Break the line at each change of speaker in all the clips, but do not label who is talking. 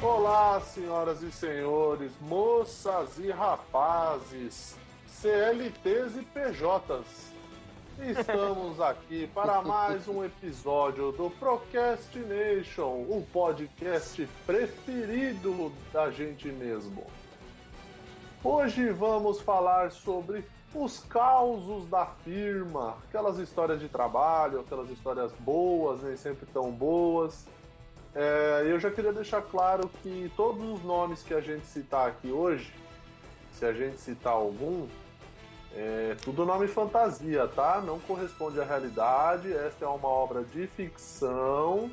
Olá, senhoras e senhores, moças e rapazes, CLTs e PJs. Estamos aqui para mais um episódio do Procrastination, o podcast preferido da gente mesmo. Hoje vamos falar sobre os causos da firma, aquelas histórias de trabalho, aquelas histórias boas, nem sempre tão boas. É, eu já queria deixar claro que todos os nomes que a gente citar aqui hoje, se a gente citar algum, é tudo nome fantasia, tá? Não corresponde à realidade. Esta é uma obra de ficção.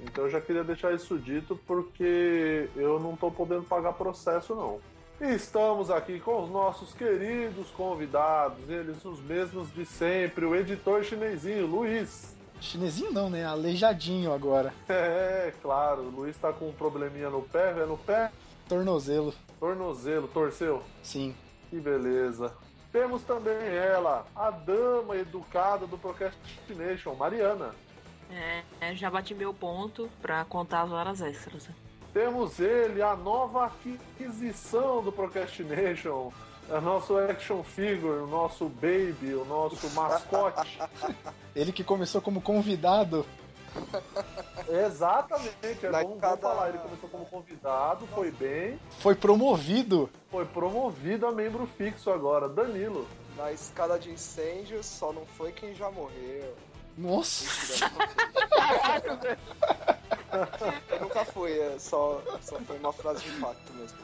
Então eu já queria deixar isso dito porque eu não tô podendo pagar processo, não. Estamos aqui com os nossos queridos convidados, eles os mesmos de sempre, o editor chinesinho, Luiz.
Chinesinho não, né? Aleijadinho agora.
É, claro, o Luiz tá com um probleminha no pé, é no pé?
Tornozelo.
Tornozelo, torceu?
Sim.
Que beleza. Temos também ela, a dama educada do Procrastination, Mariana.
É, é, já bati meu ponto pra contar as horas extras.
Temos ele, a nova aquisição do Procrastination. É o nosso action figure, o nosso baby, o nosso mascote.
Ele que começou como convidado.
Exatamente, é
Na
bom,
cada-
bom falar. Ele começou como convidado, foi bem,
Foi promovido.
foi promovido a membro fixo agora. Danilo.
Na escala de incêndio, só não foi quem já morreu.
Nossa.
Eu nunca fui, é, só, só foi uma frase de impacto mesmo.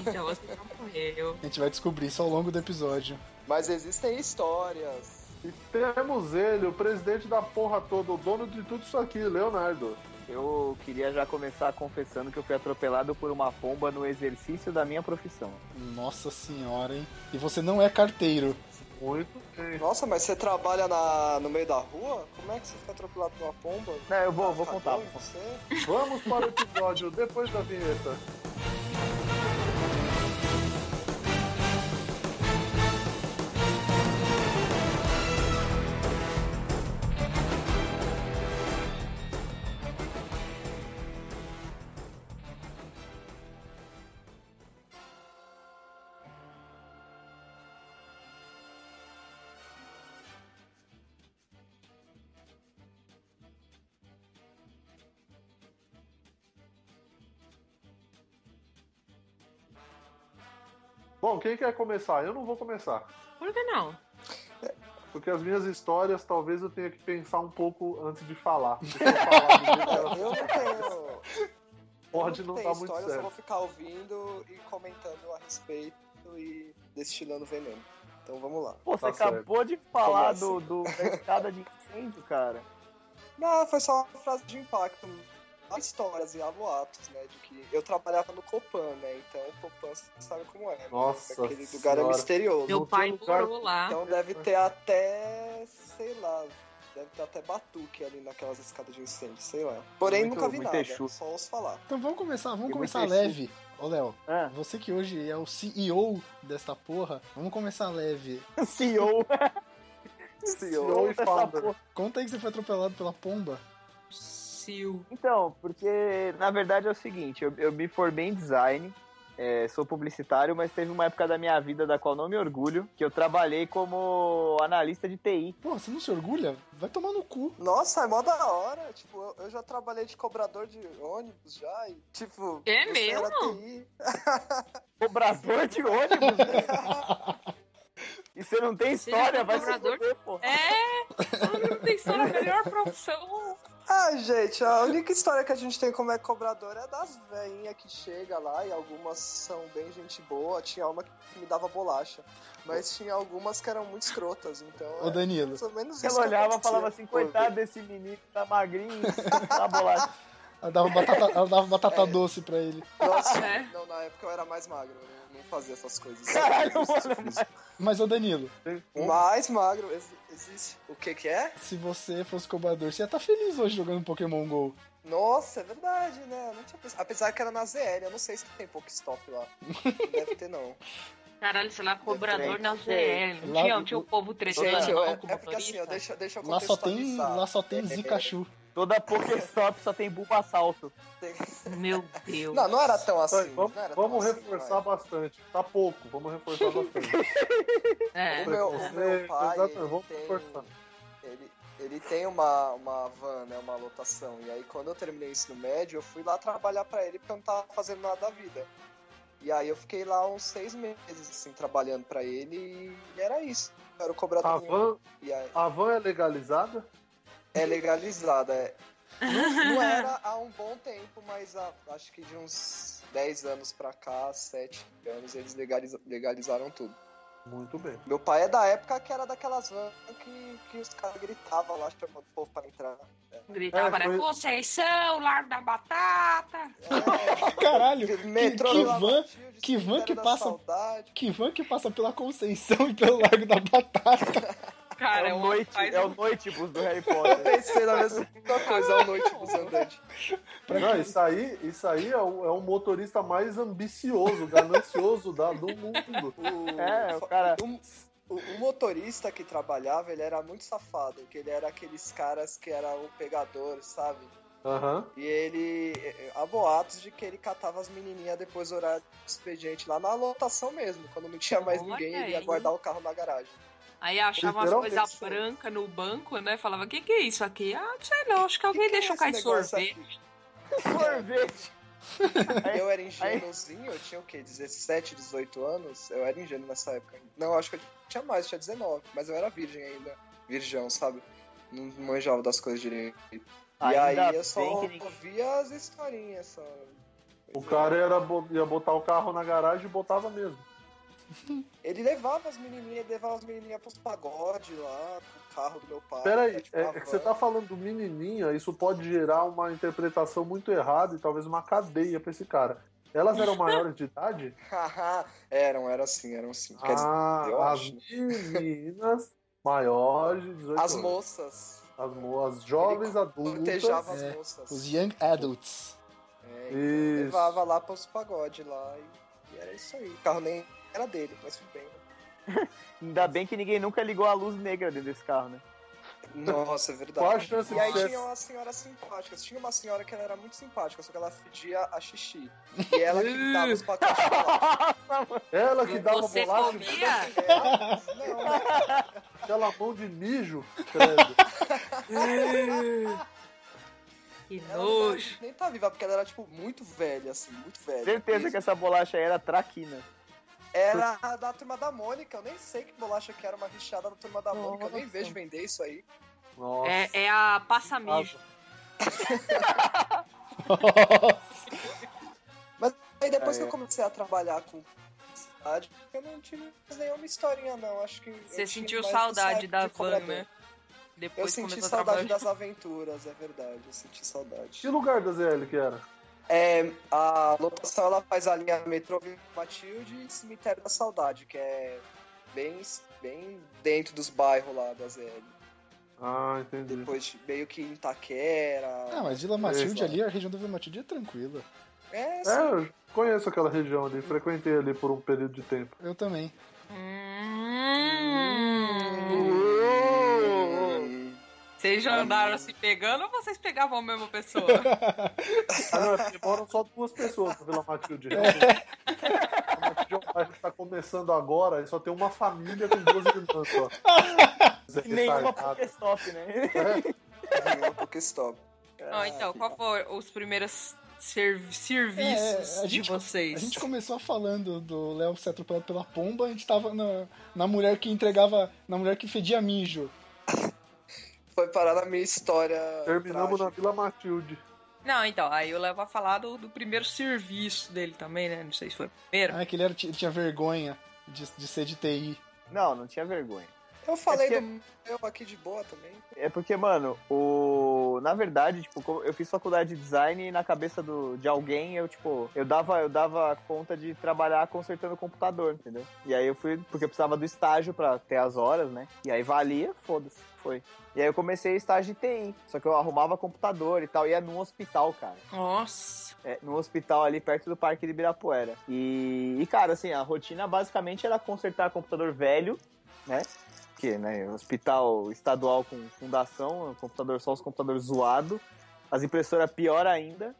Então você não morreu.
A gente vai descobrir isso ao longo do episódio.
Mas existem histórias.
E temos ele, o presidente da porra toda, o dono de tudo isso aqui, Leonardo.
Eu queria já começar confessando que eu fui atropelado por uma pomba no exercício da minha profissão.
Nossa senhora, hein? E você não é carteiro.
Muito bem.
Nossa, mas você trabalha na, no meio da rua? Como é que você fica atropelado por uma pomba?
Não, É, eu vou, vou
Tá
contar.
doido Você?
Vamos para o episódio depois da vinheta. Bom, quem quer começar? Eu não vou começar.
Por que não?
Porque as minhas histórias talvez eu tenha que pensar um pouco antes de falar. Se eu falar do jeito que elas
Eu não tenho.
Pode
eu
não
tenho
tá muito
história, eu só
certo.
vou ficar ouvindo e comentando a respeito e destilando veneno. Então vamos lá.
Pô,
Tá assim?
você acabou de falar
Como
do, do- da escada de incêndio, cara.
Não, foi só uma frase de impacto. Há histórias e há boatos, né? De que eu trabalhava no Copan, né? Então o Copan você sabe como é. né?
Nossa
Aquele lugar é
senhora.
misterioso.
Meu
tem
pai
lugar-
morou lá.
Então deve ter até, sei lá, deve ter até batuque ali naquelas escadas de incêndio, sei lá. Porém,
Muito-
nunca vi
muito
nada, é
Exu.
só ouço falar.
Então vamos começar, vamos
Eu
começar
muito
leve. Ô Léo,
Ah,
você que hoje é o CEO desta porra, vamos começar leve.
CEO.
CEO e
dessa
founder.
porra.
Conta aí que você foi atropelado pela pomba.
Sil.
Então, porque na verdade é o seguinte, eu, eu me formei em design, é, sou publicitário, mas teve uma época da minha vida da qual não me orgulho, que eu trabalhei como analista de TI.
Porra, você não se orgulha? Vai tomar no cu.
Nossa, é mó da hora. Tipo, eu, eu já trabalhei de cobrador de ônibus já e, tipo...
É
isso era
mesmo?
TI.
Cobrador de ônibus, velho. E você não tem
Você
história,
já foi
vai se
cobrador?
fuder, pô.
É! Ela não tem história, a melhor profissão.
Ah, gente, a única história que a gente tem como é cobrador é das veinhas que chega lá e algumas são bem gente boa. Tinha uma que me dava bolacha, mas tinha algumas que eram muito escrotas, então...
Ô
é,
Danilo,
mais ou menos isso
Ela
que
olhava e
acontecia.
falava assim, coitado desse menino, tá magrinho, tá bolacha.
ela dava batata, ela dava batata doce pra ele.
Nossa,
É.
não, na época eu era mais magro, eu não- não fazia essas coisas.
Caralho,
Eu
mano,
fiz isso.
Mas ô Danilo,
Mais magro, ex- existe. O que que é?
se você fosse cobrador, você ia estar feliz hoje jogando Pokémon GO.
Nossa, é verdade, né? Eu não tinha pensado. Apesar que era na ZL, eu não sei se tem Pokestop lá. Não deve ter, não.
Caralho, sei lá, cobrador na ZL.
Sei.
Lá-
Não tinha, não tinha o povo tretando
Gente, eu,
lá
é,
com o
é porque assim,
motorista?
eu deixa, deixa eu
Lá só tem,
contextualizar.
lá só tem
É,
Pikachu.
Toda Pokéstop só tem burro assalto.
Meu Deus.
Não, não era tão assim.
Vamos,
tá
não era tão
vamos
assim,
reforçar
vai.
bastante. Tá pouco, vamos reforçar bastante.
É.
O meu, o meu pai,
Exato,
ele
tá vamos reforçar.
tem, ele, ele tem uma, uma van, né, uma lotação. E aí, quando eu terminei o ensino médio, eu fui lá trabalhar pra ele porque eu não tava fazendo nada da vida. E aí, eu fiquei lá uns seis meses, assim, trabalhando pra ele e era isso. Eu era o
A
cobrador.
van,
E aí,
a van é legalizada?
é legalizada. é. Não, não era há um bom tempo, mas há- acho que de uns 10 anos pra cá, 7 anos, eles legaliza- legalizaram tudo.
Muito bem.
Meu pai é da época que era daquelas vans que, que os caras gritavam lá, chamando o povo pra entrar.
Gritava,
É,
né?
foi-
Conceição, Largo da Batata.
Caralho, que,
É, Metrô
que
Vila
van,
Matilde,
que van
Cemitério
que
da
passa-
Saudade.
que van que passa pela Conceição e pelo Largo da Batata.
Cara,
é o
eu-
noite,
faz
é
um-
o noitibus do Harry
Eu
Potter.
pensei na mesma coisa, ao noite dos andantes.
Pra
Não,
quê?
isso aí, isso aí é, o, é o motorista mais ambicioso, ganancioso da, do mundo.
O,
É, o cara.
o, o motorista que trabalhava, ele era muito safado, porque ele era aqueles caras que era o pegador, sabe?
Aham.
E ele. eh, Há boatos de que ele catava as menininhas depois do horário do expediente, lá na lotação mesmo. Quando não tinha mais
Olha
ninguém, ele ia
aí.
guardar o carro na garagem.
Aí achava umas
Literalmente,
coisas
sim.
brancas no banco, né? Falava, o que, que é isso aqui? Ah, não sei não, acho que alguém
Que que é
deixou
esse
cair
negócio
sorvete.
aqui?
Sorvete.
Eu era ingênuozinho, eu tinha o quê? 17, 18 anos? Eu era ingênuo nessa época. Não, acho que eu tinha mais, eu tinha 19, mas eu era virgem ainda. Virgão, sabe? Não manjava das coisas direito. e
Ainda
aí eu só
bem que ninguém-
ouvia as historinhas. Só.
O cara era, bo- ia botar o carro na garagem e botava mesmo.
Ele levava as menininhas, ele levava as menininhas pros pagode lá, com o carro do meu pai.
Peraí,
né, tipo,
é,
a
é que você
van.
tá falando do menininha, isso pode gerar uma interpretação muito errada e talvez uma cadeia pra esse cara. Elas eram maiores de idade? tá-
Haha, eram, eram sim, eram sim. Quer dizer, eu
Ah, as
acho.
meninas maiores de 18
as
anos.
moças.
As, mo- as jovens adultas.
Cortejava
é,
as moças.
Os Young Adults.
É, então
Isso.
levava lá pros pagode lá e, e era isso aí. O carro nem era dele, mas tudo bem.
Ainda bem que ninguém nunca ligou a luz negra dentro desse carro, né?
Nossa, é verdade.
Qual a chance
E aí
de ser
tinha um uma senhora simpática. Tinha uma senhora que ela era muito simpática, só que ela fedia a xixi. E ela que dava os pacotes lá.
ela que dava
Você
bolacha
comia?
Ela- Não, né?
com aquela mão de mijo? Credo.
Que
ela não tava-
nojo.
nem tá viva, porque ela era, tipo, muito velha, assim, muito velha.
Certeza que essa bolacha aí era traquina.
Era a da turma da Mônica, eu nem sei que bolacha que era, uma recheada da turma da Mônica, eu nem
Nossa.
vejo vender isso aí.
Nossa. Ah,
É, é a
Ah,
passamijo.
Aí depois
Ah,
que
é.
eu comecei a trabalhar com publicidade, eu não tive mais nenhuma historinha, não. Acho que. eu
Você
tinha
sentiu
mais
saudade
essa
da
época de
van,
cobrador.
né?
Eu
Depois
senti
começou a
saudade
trabalhar.
das aventuras, é verdade. Eu senti saudade.
Que lugar da ZL que era?
É, a lotação ela faz a linha metrô Vila Matilde e Cemitério da Saudade, que é bem, bem dentro dos bairros lá da ZL.
Ah, entendi.
Depois de- meio que em Itaquera.
Ah, mas Vila Matilde
Isso.
ali, a região da Vila Matilde é tranquila.
É,
É,
sim.
eu conheço aquela região ali, frequentei ali por um período de tempo.
Eu também.
assim.
Hum. Vocês já andaram se pegando ou vocês pegavam a mesma pessoa?
Ah, não, é porque moram só duas pessoas na Vila Matilde.
É.
realmente. Vila Matilde é um bairro que tá começando agora e só tem uma família com duas irmãs só. Zé tá
Nenhuma
retardado.
Pokéstop, né?
É,
Nenhuma Pokéstop.
Ah, então, qual foram os primeiros serv- serviços
É, a
de
gente-
vocês?
A gente começou falando do Léo ser atropelado pela pomba, a gente tava na, na mulher que entregava. Na mulher que fedia mijo.
Foi parar na minha história.
Terminamos na
trágica.
Vila Matilde.
Não, então, aí eu levo a falar do, do primeiro serviço dele também, né? Não sei se foi o primeiro.
Ah, que ele, era, ele tinha vergonha de, de ser de TI.
Não, não tinha vergonha.
Eu falei
É que-
do meu aqui de boa também.
É porque, mano, o. Na verdade, tipo, como eu fiz faculdade de design e na cabeça do... de alguém eu, tipo, eu dava, eu dava conta de trabalhar consertando o computador, entendeu? E aí eu fui, porque eu precisava do estágio pra ter as horas, né? E aí valia, foda-se, foi. E aí eu comecei estágio de TI, só que eu arrumava computador e tal, ia num hospital, cara.
Nossa.
É, num hospital ali perto do Parque de Ibirapuera. E, e, cara, assim, a rotina basicamente era consertar computador velho, né? Porque, né? Hospital estadual com fundação, um computador só os computadores zoado, as impressoras pior ainda.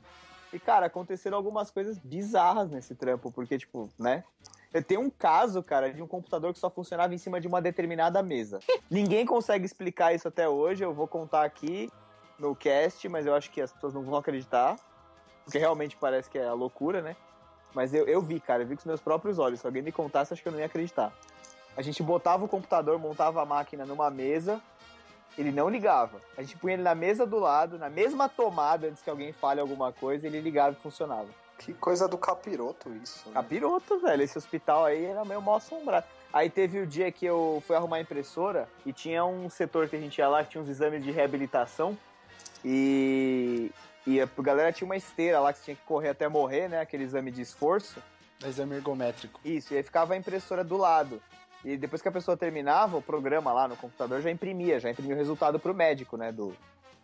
E, cara, aconteceram algumas coisas bizarras nesse trampo, porque, tipo, né? Eu tenho um caso, cara, de um computador que só funcionava em cima de uma determinada mesa. Ninguém consegue explicar isso até hoje, eu vou contar aqui no cast, mas eu acho que as pessoas não vão acreditar, porque realmente parece que é a loucura, né? Mas eu, eu vi, cara, eu vi com os meus próprios olhos. Se alguém me contasse, acho que eu não ia acreditar. A gente botava o computador, montava a máquina numa mesa, ele não ligava. A gente punha ele na mesa do lado, na mesma tomada, antes que alguém fale alguma coisa, ele ligava e funcionava.
Que coisa do capiroto isso. né?
Capiroto, velho. Esse hospital aí era meio mal assombrado. Aí teve o dia que eu fui arrumar a impressora e tinha um setor que a gente ia lá, que tinha uns exames de reabilitação. E, e a galera tinha uma esteira lá que você tinha que correr até morrer, né? Aquele exame de esforço.
Exame ergométrico.
Isso, e aí ficava a impressora do lado. E depois que a pessoa terminava, o programa lá no computador já imprimia, já imprimia o resultado pro médico, né? Do,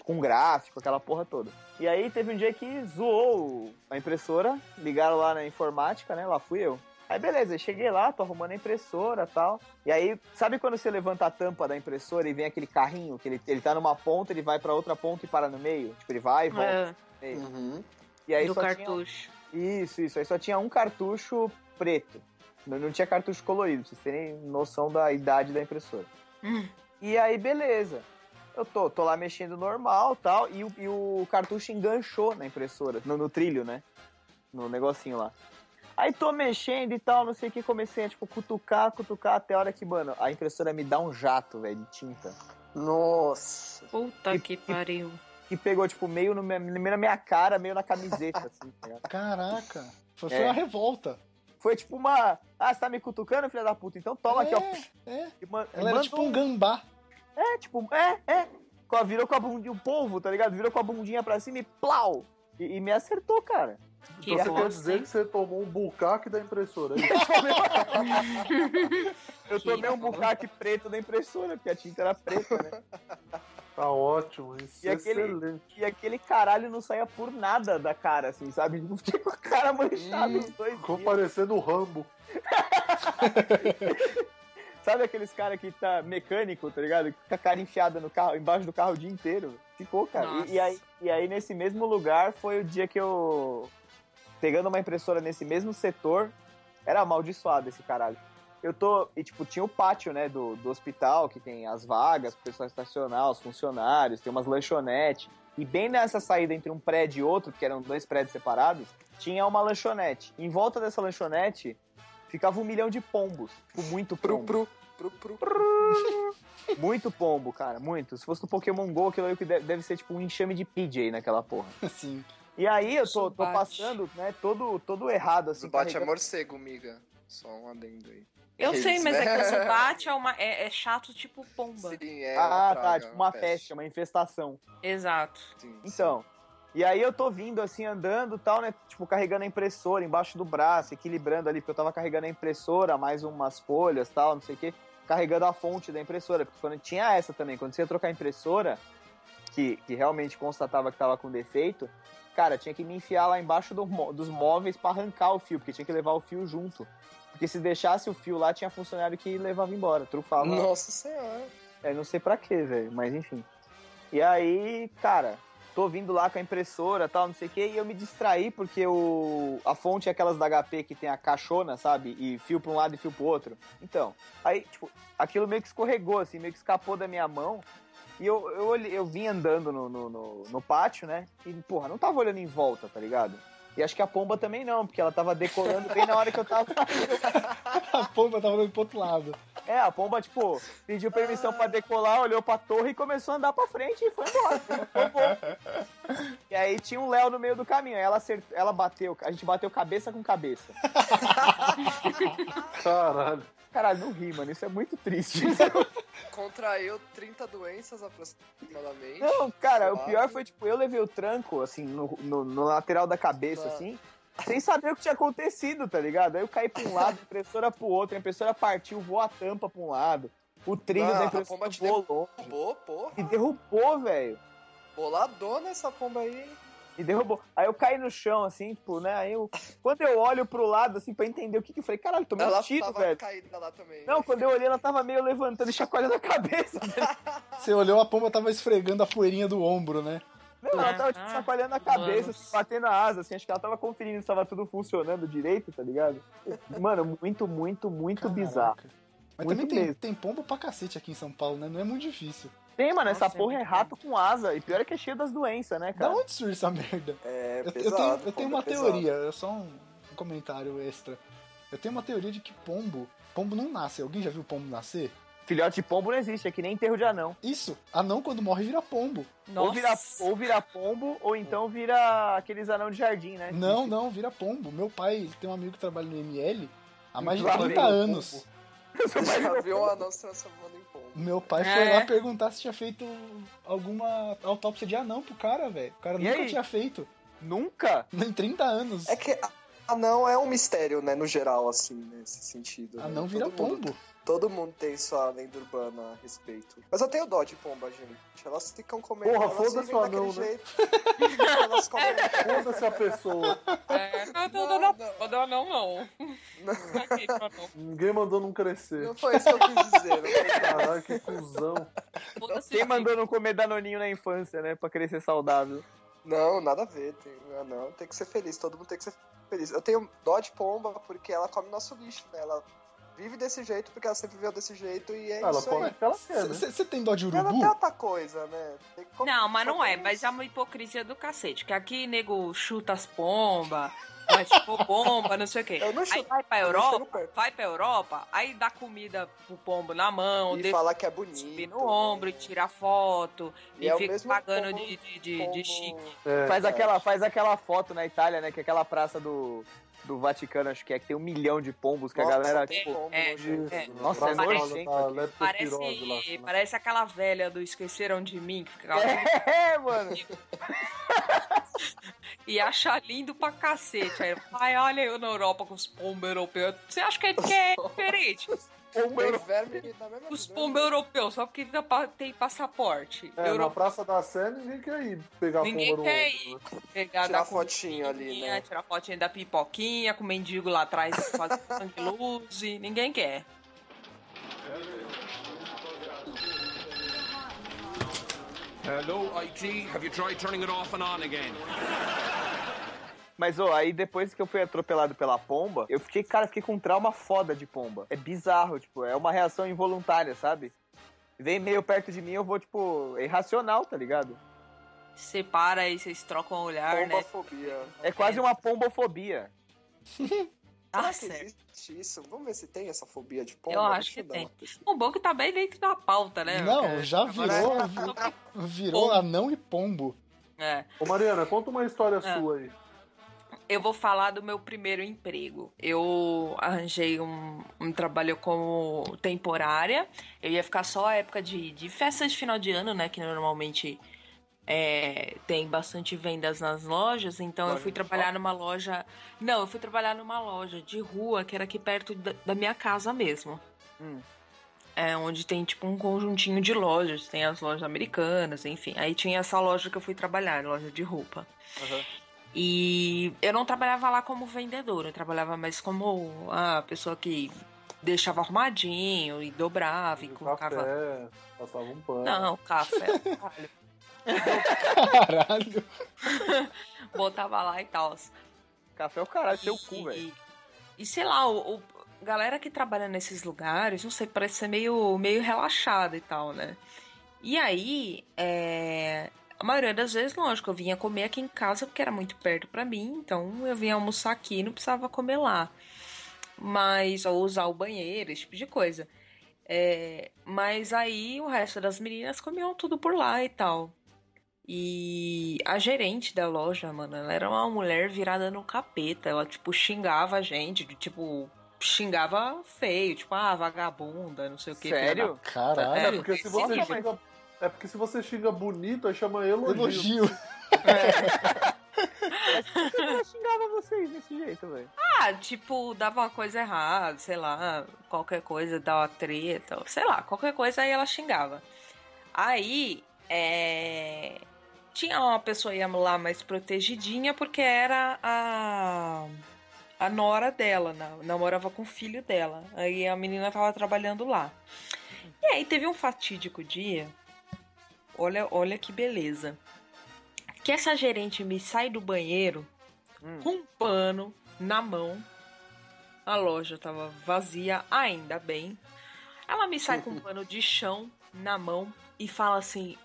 com gráfico, aquela porra toda. E aí teve um dia que zoou a impressora, ligaram lá na informática, né? Lá fui eu. Aí beleza, eu cheguei lá, tô arrumando a impressora tal. E aí, sabe quando você levanta a tampa da impressora e vem aquele carrinho, que ele, ele tá numa ponta, ele vai pra outra ponta e para no meio? Tipo, ele vai e volta.
É,
no meio.
Uhum.
E aí
do
só tinha-
cartucho.
isso, isso. Aí só tinha um cartucho preto. Não, não tinha cartucho colorido, pra vocês terem noção da idade da impressora.
Hum.
E aí, beleza. Eu tô, tô lá mexendo normal tal, e o, e o cartucho enganchou na impressora, no, no trilho, né? No negocinho lá. Aí tô mexendo e tal, não sei o que, comecei a, tipo, cutucar, cutucar, até a hora que, mano, a impressora me dá um jato, velho, de tinta.
Nossa.
Puta que pariu.
Que pegou, tipo, meio, no, meu- meio na minha cara, meio na camiseta, assim, tá ligado?
Caraca. Foi,
É.
foi uma revolta.
Foi tipo uma. Ah, você tá me cutucando, filha da puta? Então toma aqui, ó.
É, é.
E man- e
Ela era
mandou-
tipo um gambá.
É, tipo, é, é. Com a- Virou com a bundinha, o polvo, tá ligado? Virou com a bundinha pra cima e plau! E, e me acertou, cara.
Que
Então você quer
bosta,
dizer
hein?
que você tomou um bucaque da impressora. é hein?
Eu
Que
tomei um bucaque preto da impressora, porque a tinta era preta, né?
Tá ótimo, isso
E
é
aquele-
excelente.
E aquele caralho não saía por nada da cara, assim, sabe? Não fiquei com a cara manchada
Hum,
os dois
Ficou
dias.
parecendo o Rambo.
Sabe aqueles caras que tá mecânico, tá ligado? Que fica a cara enfiada no carro, embaixo do carro o dia inteiro. Ficou, cara. E- E,
Nossa.
aí, e aí, nesse mesmo lugar, foi o dia que eu. Pegando uma impressora nesse mesmo setor, era amaldiçoado esse caralho. Eu tô. E tipo, tinha o pátio, né, do, do hospital, que tem as vagas, o pessoal estacionar, os funcionários, tem umas lanchonetes. E bem nessa saída entre um prédio e outro, que eram dois prédios separados, tinha uma lanchonete. Em volta dessa lanchonete ficava um milhão de pombos. Tipo, muito
Pru,
pombo.
pru, pru, pru.
Muito pombo, cara, muito. Se fosse no Pokémon GO, aquilo aí que deve, deve ser tipo um enxame de PJ naquela porra.
Assim.
E aí eu tô, tô
Zubat.
passando, né, todo, todo errado, assim.
Zubat é
carregando-
morcego, miga. Só um adendo aí.
Eu
Eles,
sei, mas é
né?
que o Zubat é, uma, é, é chato tipo pomba.
Sim, é
Ah,
praga,
tá, tipo uma peste, uma infestação.
Exato.
Sim, sim.
Então. E aí eu tô vindo assim, andando e tal, né? Tipo, carregando a impressora embaixo do braço, equilibrando ali, porque eu tava carregando a impressora, mais umas folhas tal, não sei o quê. Carregando a fonte da impressora, porque quando tinha essa também, quando você ia trocar a impressora, que, que realmente constatava que tava com defeito, cara, tinha que me enfiar lá embaixo do mo- dos móveis pra arrancar o fio, porque tinha que levar o fio junto. Porque se deixasse o fio lá, tinha funcionário que levava embora, trufava. lá.
Nossa senhora.
É, não sei pra quê, velho, mas enfim. E aí, cara, tô vindo lá com a impressora tal, não sei o quê, e eu me distraí porque o, a fonte é aquelas da HP que tem a caixona, sabe? E fio pra um lado e fio pro outro. Então, aí, tipo, aquilo meio que escorregou, assim, meio que escapou da minha mão. E eu, eu, olhei- eu vim andando no, no, no- no pátio, né? E, porra, não tava olhando em volta, tá ligado? E acho que a pomba também não, porque ela tava decolando bem na hora que eu tava
A pomba tava olhando pro outro lado.
é, a pomba, tipo, pediu permissão pra decolar, olhou pra torre e começou a andar pra frente e foi embora. Foi bom. e aí tinha um Léo no meio do caminho. Aí ela, acertou, ela bateu, a gente bateu cabeça com cabeça.
Caralho.
Caralho, não ri, mano. Isso é muito triste.
Contraiu 30 doenças aproximadamente.
não, cara, o pior foi, tipo, eu levei o tranco, assim, no, no- no lateral da cabeça,
Tá.
assim. Sem saber o que tinha acontecido, tá ligado? Aí eu caí pra um lado, a impressora pro outro, a impressora partiu, voou a tampa pra um lado, o trilho
Ah,
da
a
impressora
pomba te
voou longe.
Boa, porra.
E derrubou, velho.
Boladona essa pomba aí. hein?
e derrubou. Aí eu caí no chão, assim, tipo, né? Aí eu. Quando eu olho pro lado, assim, pra entender o que que eu falei, caralho, tomei
Ela
um tiro,
tava
velho.
caída lá também.
Não, quando eu olhei, ela tava meio levantando e chacoalhando a cabeça.
Você olhou, a pomba tava esfregando a poeirinha do ombro, né?
Não, ela tava tipo,
Ah,
chacoalhando a cabeça,
mano.
assim, batendo a asa, assim, acho que ela tava conferindo se tava tudo funcionando direito, tá ligado? Mano, muito, muito, muito
Caraca.
bizarro.
Mas
Muito
também tem,
mesmo.
tem pomba pra cacete aqui em São Paulo, né? Não é muito difícil.
Tem, mano, essa
Nossa, é
porra é
muito
rato com asa. E pior é que é cheio das doenças, né, cara?
Da onde surge essa merda?
É,
Eu, eu
pesado,
tenho, eu tenho
pomba
uma
é pesado.
teoria, é só um, um comentário extra. Eu tenho uma teoria de que pombo, pombo não nasce. Alguém já viu pombo nascer?
Filhote de pombo não existe, é que nem enterro de anão.
Isso, anão quando morre vira pombo.
Ou vira,
Nossa.
ou vira pombo, ou então vira aqueles anão de jardim, né?
Não, não, vira pombo. Meu pai, ele tem um amigo que trabalha no ML há mais de
Lá
30
vem o
anos.
Seu pai-
Já viu um anão se transformando em pombo.
Meu pai
Ah,
foi lá
é?
perguntar se tinha feito alguma autópsia de anão pro cara, velho. O cara
E
nunca
aí?
tinha feito.
Nunca?
Em 30 anos.
É que anão é um mistério, né, no geral, assim, nesse sentido. né?
Anão vira
Todo mundo-
pombo.
todo mundo tem sua lenda urbana a respeito. Mas eu tenho dó de pomba, gente. Elas ficam comendo,
Porra,
elas
foda-se
vivem
o
daquele
anão, né?
jeito. elas comem...
Foda-se a pessoa.
É, não, não,
Não,
não, não, não,
não.
não, não, não. Caguei pra não.
Ninguém mandou não crescer.
Não foi isso que eu quis dizer. não foi-
Caralho, que cuzão.
Foda-se,
Quem
gente.
mandou não comer danoninho na infância, né? Pra crescer saudável.
Não, nada a ver. Tem, ah, não, tem que ser feliz. Todo mundo tem que ser feliz. Eu tenho dó de pomba porque ela come nosso lixo, né? Ela vive desse jeito porque ela sempre viveu desse jeito e é
Ela
isso
come
aí.
o
Tá
que ela quer, né?
Você tem dó de
Ela tá tem
urubu?
outra coisa, né? Tem que comer-
Não, mas não é, mas é uma hipocrisia do cacete. Que aqui, nego, chuta as pombas, faz tipo bomba, não sei o quê.
Eu não
Aí
chuto.
vai pra
eu não chego
Europa,
perto.
vai pra Europa, aí dá comida pro pombo na mão,
E
deixa
falar que é
ele
bonito.
subir no ombro,
né?
e tira foto,
E
e,
é o
fica
mesmo
pagando
pombo-
de, de, de,
Pombo-
de chique.
É.
Faz
verdade.
aquela, faz aquela foto na Itália, né? Que é aquela praça do, do Vaticano, acho que é, que tem um milhão de pombos que
Nossa,
a galera.
tem
Tipo,
pombo
é,
nojento.
é.
Nossa,
Pra
é
causa
nojento
da
aqui.
Parece,
leptospirose lá, né? sei tá lá.
parece aquela velha do Esqueceram de Mim, que ficava...
é, mano.
E achar lindo pra cacete. Aí, ai, olha eu na Europa com os pombos europeus. Você acha que é, que é diferente?
É,
Pombo
Tem
europeu.
verme tá na mesma
Os
vida.
pombos europeus, só porque dá pa- tem passaporte.
É, na
europeu.
Praça da Sé ninguém quer ir pegar
Ninguém
pomba no
quer
ombro,
ir.
né?
Pegar
Tirar
da
fotinho ali,
cozinha,
né?
Tirar fotinha da pipoquinha, com o mendigo lá atrás fazendo sangue luz. e Ninguém quer.
Hello, IT. Have you tried turning it off and on again?
Mas, ó, aí depois que eu fui atropelado pela pomba, eu fiquei, cara, fiquei com um trauma foda de pomba. É bizarro, tipo, é uma reação involuntária, sabe? Vem meio perto de mim, eu vou, tipo, é irracional, tá ligado?
Você para aí, vocês trocam olhar, né?
Pombafobia.
É quase uma pombofobia.
Tá
Será que
certo.
existe isso? Vamos ver se tem essa fobia de pomba.
Eu acho
Deixa
que
dar
tem.
uma pesquisada.
O bom que tá bem dentro da pauta, né?
Não,
cara?
já virou,
Agora- tá
virou
Pombo.
anão e pombo.
É.
Ô Mariana, conta uma história
Ah.
sua aí.
Eu vou falar do meu primeiro emprego. Eu arranjei um, um trabalho como temporária. Eu ia ficar só a época de, de festa de final de ano, né? Que normalmente é, tem bastante vendas nas lojas. Então eu
Loja
fui
de
trabalhar numa loja. Não, eu fui trabalhar numa loja de rua que era aqui perto da, da minha casa mesmo.
Hum.
É, onde tem tipo um conjuntinho de lojas. Tem as lojas americanas, enfim. Aí tinha essa loja que eu fui trabalhar, loja de roupa. E eu não trabalhava lá como vendedora, eu trabalhava mais como a pessoa que deixava arrumadinho e dobrava e
Um
colocava.
Café, passava um pano.
Não, café, caralho.
Caralho.
botava lá e tal.
Café é o caralho, seu cu,
E-
velho.
E sei lá, o, o- galera que trabalha nesses lugares, não sei, parece ser meio, meio relaxada e tal, né? E aí, é, a maioria das vezes, lógico, eu vinha comer aqui em casa porque era muito perto pra mim, então eu vinha almoçar aqui e não precisava comer lá. Mas, ou usar o banheiro, esse tipo de coisa. É, mas aí o resto das meninas comiam tudo por lá e tal. E a gerente da loja, mano, ela era uma mulher virada no capeta. Ela, tipo, xingava a gente, de, tipo, xingava feio, tipo, ah, vagabunda, não sei o que.
Sério?
Caralho.
É
Sério?
porque se
Esse
você
homem-
xinga. É porque se você xinga bonito, aí chama elogio.
Elogio.
Eu xingava vocês desse jeito, velho.
Ah, tipo, dava uma coisa errada, sei lá, qualquer coisa, dava treta, sei lá, qualquer coisa aí ela xingava. Aí, é. tinha uma pessoa ia lá mais protegidinha porque era a a nora dela, na- namorava com o filho dela. Aí a menina tava trabalhando lá. E aí teve um fatídico dia. Olha, olha que beleza. Que essa gerente me sai do banheiro com um pano na mão. A loja tava vazia, ainda bem. Ela me sai com um pano de chão na mão e fala assim: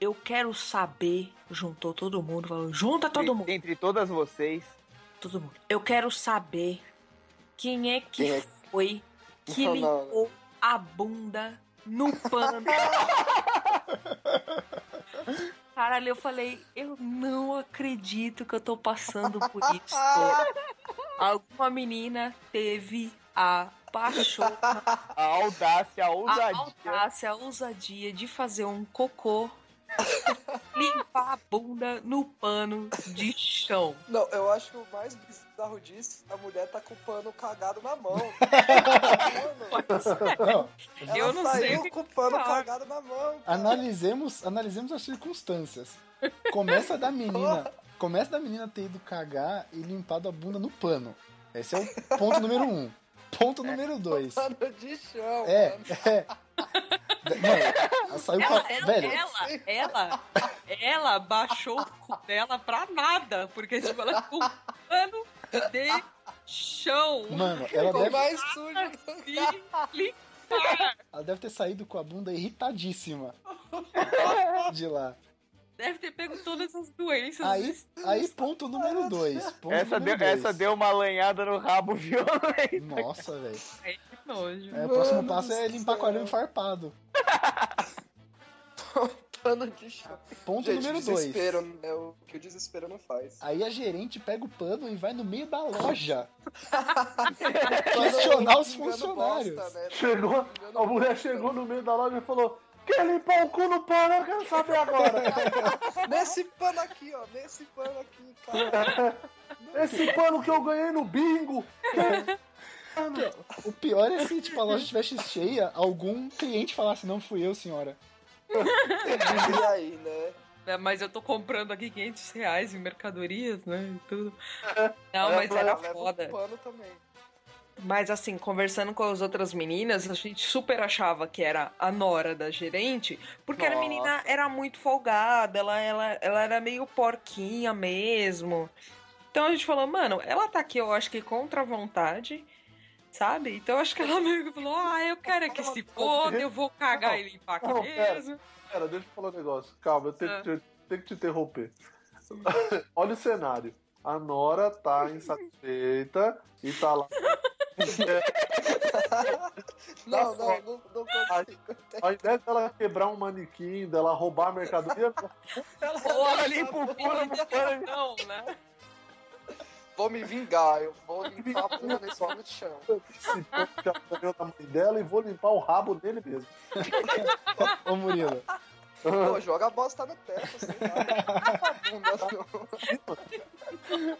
Eu quero saber. Juntou todo mundo, falou: Junta todo mundo.
Entre, entre todas vocês.
Todo mundo. Eu quero saber quem é que
Quem é
foi que
Não, não.
limpou a bunda no pano. Caralho, eu falei, eu não acredito que eu tô passando por isso. Alguma menina teve a paixão,
A audácia, a
a
ousadia.
audácia, a ousadia de fazer um cocô limpar a bunda no pano de chão.
Não, eu acho que o mais bizarro disso, a mulher tá com o pano cagado na mão. Mano,
Não,
ela
Eu não sei
saiu
o que tá.
com o pano
falar.
cagado na mão.
Ah,
cara.
analisemos, analisemos as circunstâncias. Começa da menina. Começa da menina ter ido cagar e limpado a bunda no pano. Esse é o ponto número um. Ponto
É.
número dois.
Pano de chão.
É,
mano.
é. Mano, ela saiu
Ela,
com a-
ela,
Velho,
ela, ela, ela baixou o cu dela pra nada, porque tipo, ela ficou um pano de chão.
mano, ela
Ficou
deve,
mais sujo.
Assim, limpar.
ela deve ter saído com a bunda irritadíssima de lá.
Deve ter pego todas as doenças.
Aí, aí ponto número dois. Ponto
Essa deu,
número
essa
dois.
deu uma lanhada no rabo violento.
Nossa, velho.
Ai, que nojo.
É, o próximo
Mano
passo
do
é limpar com
céu.
arame farpado.
Pano de chão.
Ponto
Gente,
número dois.
desespero, né? O que o desespero não faz.
Aí a gerente pega o pano e vai no meio da loja questionar os
Engano
funcionários.
bosta, né?
Chegou, a mulher chegou no meio da loja e falou: Quer limpar o cu no pano? Eu quero saber agora.
Nesse pano aqui, ó. Nesse pano aqui, cara.
Esse pano que eu ganhei no bingo.
O pior é se tipo, a loja estivesse cheia, algum cliente falasse, não fui eu, senhora.
E aí, né?
É, Mas eu tô comprando aqui 500 reais em mercadorias, né? e tudo. Não,
Aí a
mas
mulher
era
leva o
Tá foda.
pano também.
Tá
Mas assim, conversando com as outras meninas, a gente super achava que era a nora da gerente, porque a
Nossa.
menina era muito folgada, ela, ela, ela era meio porquinha mesmo. Então a gente falou, mano, ela tá aqui, eu acho que contra a vontade, sabe? Então eu acho que ela meio que falou, ah, eu quero é que se foda, eu vou cagar e limpar aqui
Não, pera.
mesmo.
Pera, deixa eu falar um negócio. Calma, eu tenho,
Ah.
que, te, tenho que te interromper. Olha o cenário. A Nora tá insatisfeita e tá lá.
Não, não, não, não consigo.
Ao invés dela quebrar um manequim, dela roubar a mercadoria,
Olha,
limpa o cu no
não, né?
Vou me vingar, eu vou limpar a bunda nesse pano de chão.
esse pano que ela ganhou da mãe dela e vou limpar o rabo dele mesmo.
Ô Murilo,
Pô, joga a bosta no teto, sei lá. Bunda, não.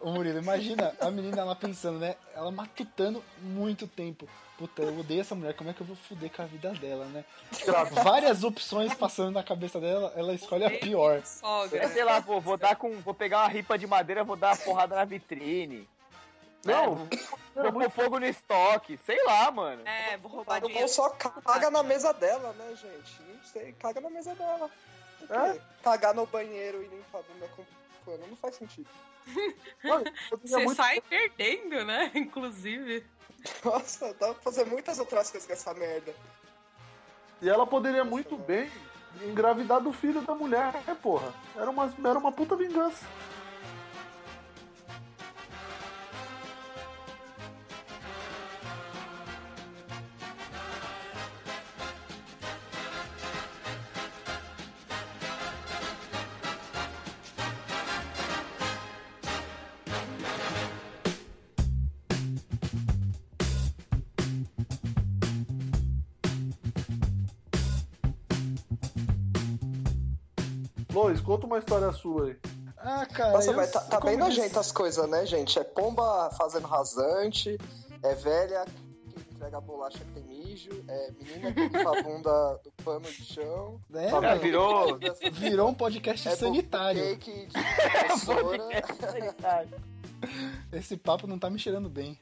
ô Murilo, imagina a menina lá pensando, né? Ela matutando muito tempo. Puta, eu odeio essa mulher, como é que eu vou fuder com a vida dela, né? Várias opções passando na cabeça dela, ela escolhe a pior.
Sogra.
Sei lá, vou, vou dar com. Vou pegar uma ripa de madeira, vou dar uma porrada na vitrine.
É,
Não,
Vou pôr fogo no estoque. Sei lá, mano.
É, vou roubar
O bom
dinheiro.
só caga na mesa dela, né, gente? Não sei, caga na mesa dela. Por quê?
É?
Cagar no banheiro e limpar a bunda com pano não faz sentido.
poderia
Você
muito
sai perdendo, né? Inclusive.
Nossa, dá pra fazer muitas outras coisas com essa merda.
E ela poderia muito bem engravidar do filho da mulher, né, porra? Era uma, era uma puta vingança. Lois, conta uma história sua aí.
Ah, cara.
Nossa,
eu assim.
mas tá, tá
como
bem
diz-
nojento as coisas, né, gente? É pomba fazendo rasante, é velha que entrega a bolacha que tem mijo. beijo, é, menina que limpa a bunda do pano de chão.
É,
Tá
Já
velho,
vendo?
virou-
virou um podcast
É
sanitário.
cake de professora.
É
Esse papo não tá me cheirando bem.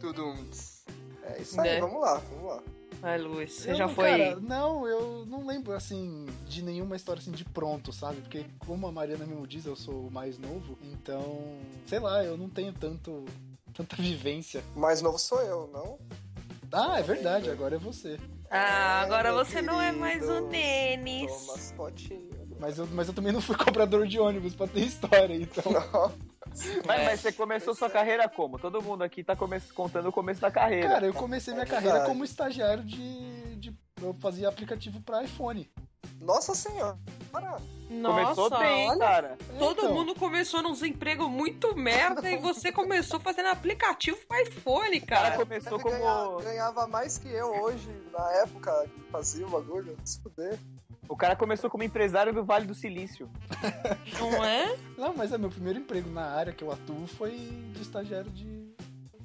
Tudo um. tss. É isso aí,
Né?
vamos lá, vamos lá.
Vai, Luiz, você
Eu
já
não-
foi.
Cara, não, eu não lembro, assim, de nenhuma história, assim, de pronto, sabe? Porque, como a Mariana mesmo diz, eu sou o mais novo, então... Sei lá, eu não tenho tanto... Tanta vivência.
O mais novo sou eu, não?
Ah, é verdade, agora é você.
Ah, agora
É, meu
você não é mais o
querido.
Nenes.
Toma as potinhas.
Mas eu, mas eu também não fui cobrador de ônibus pra ter história, então.
Mas, mas você começou sua carreira como? Todo mundo aqui tá come- contando o começo da carreira.
Cara, eu comecei minha
É
carreira
verdade.
como estagiário de, de. Eu fazia aplicativo pra iPhone.
Nossa senhora. Para.
Nossa,
começou bem,
olha,
cara.
todo
Então,
mundo começou nos empregos muito merda e você começou fazendo aplicativo para iPhone,
O cara
cara.
começou
Deve
como.
ganhar- ganhava mais que eu hoje, na época que fazia o bagulho. Se fuder.
O cara começou como empresário do Vale do Silício.
Não é?
Não, mas é meu primeiro emprego na área que eu atuo foi de estagiário de,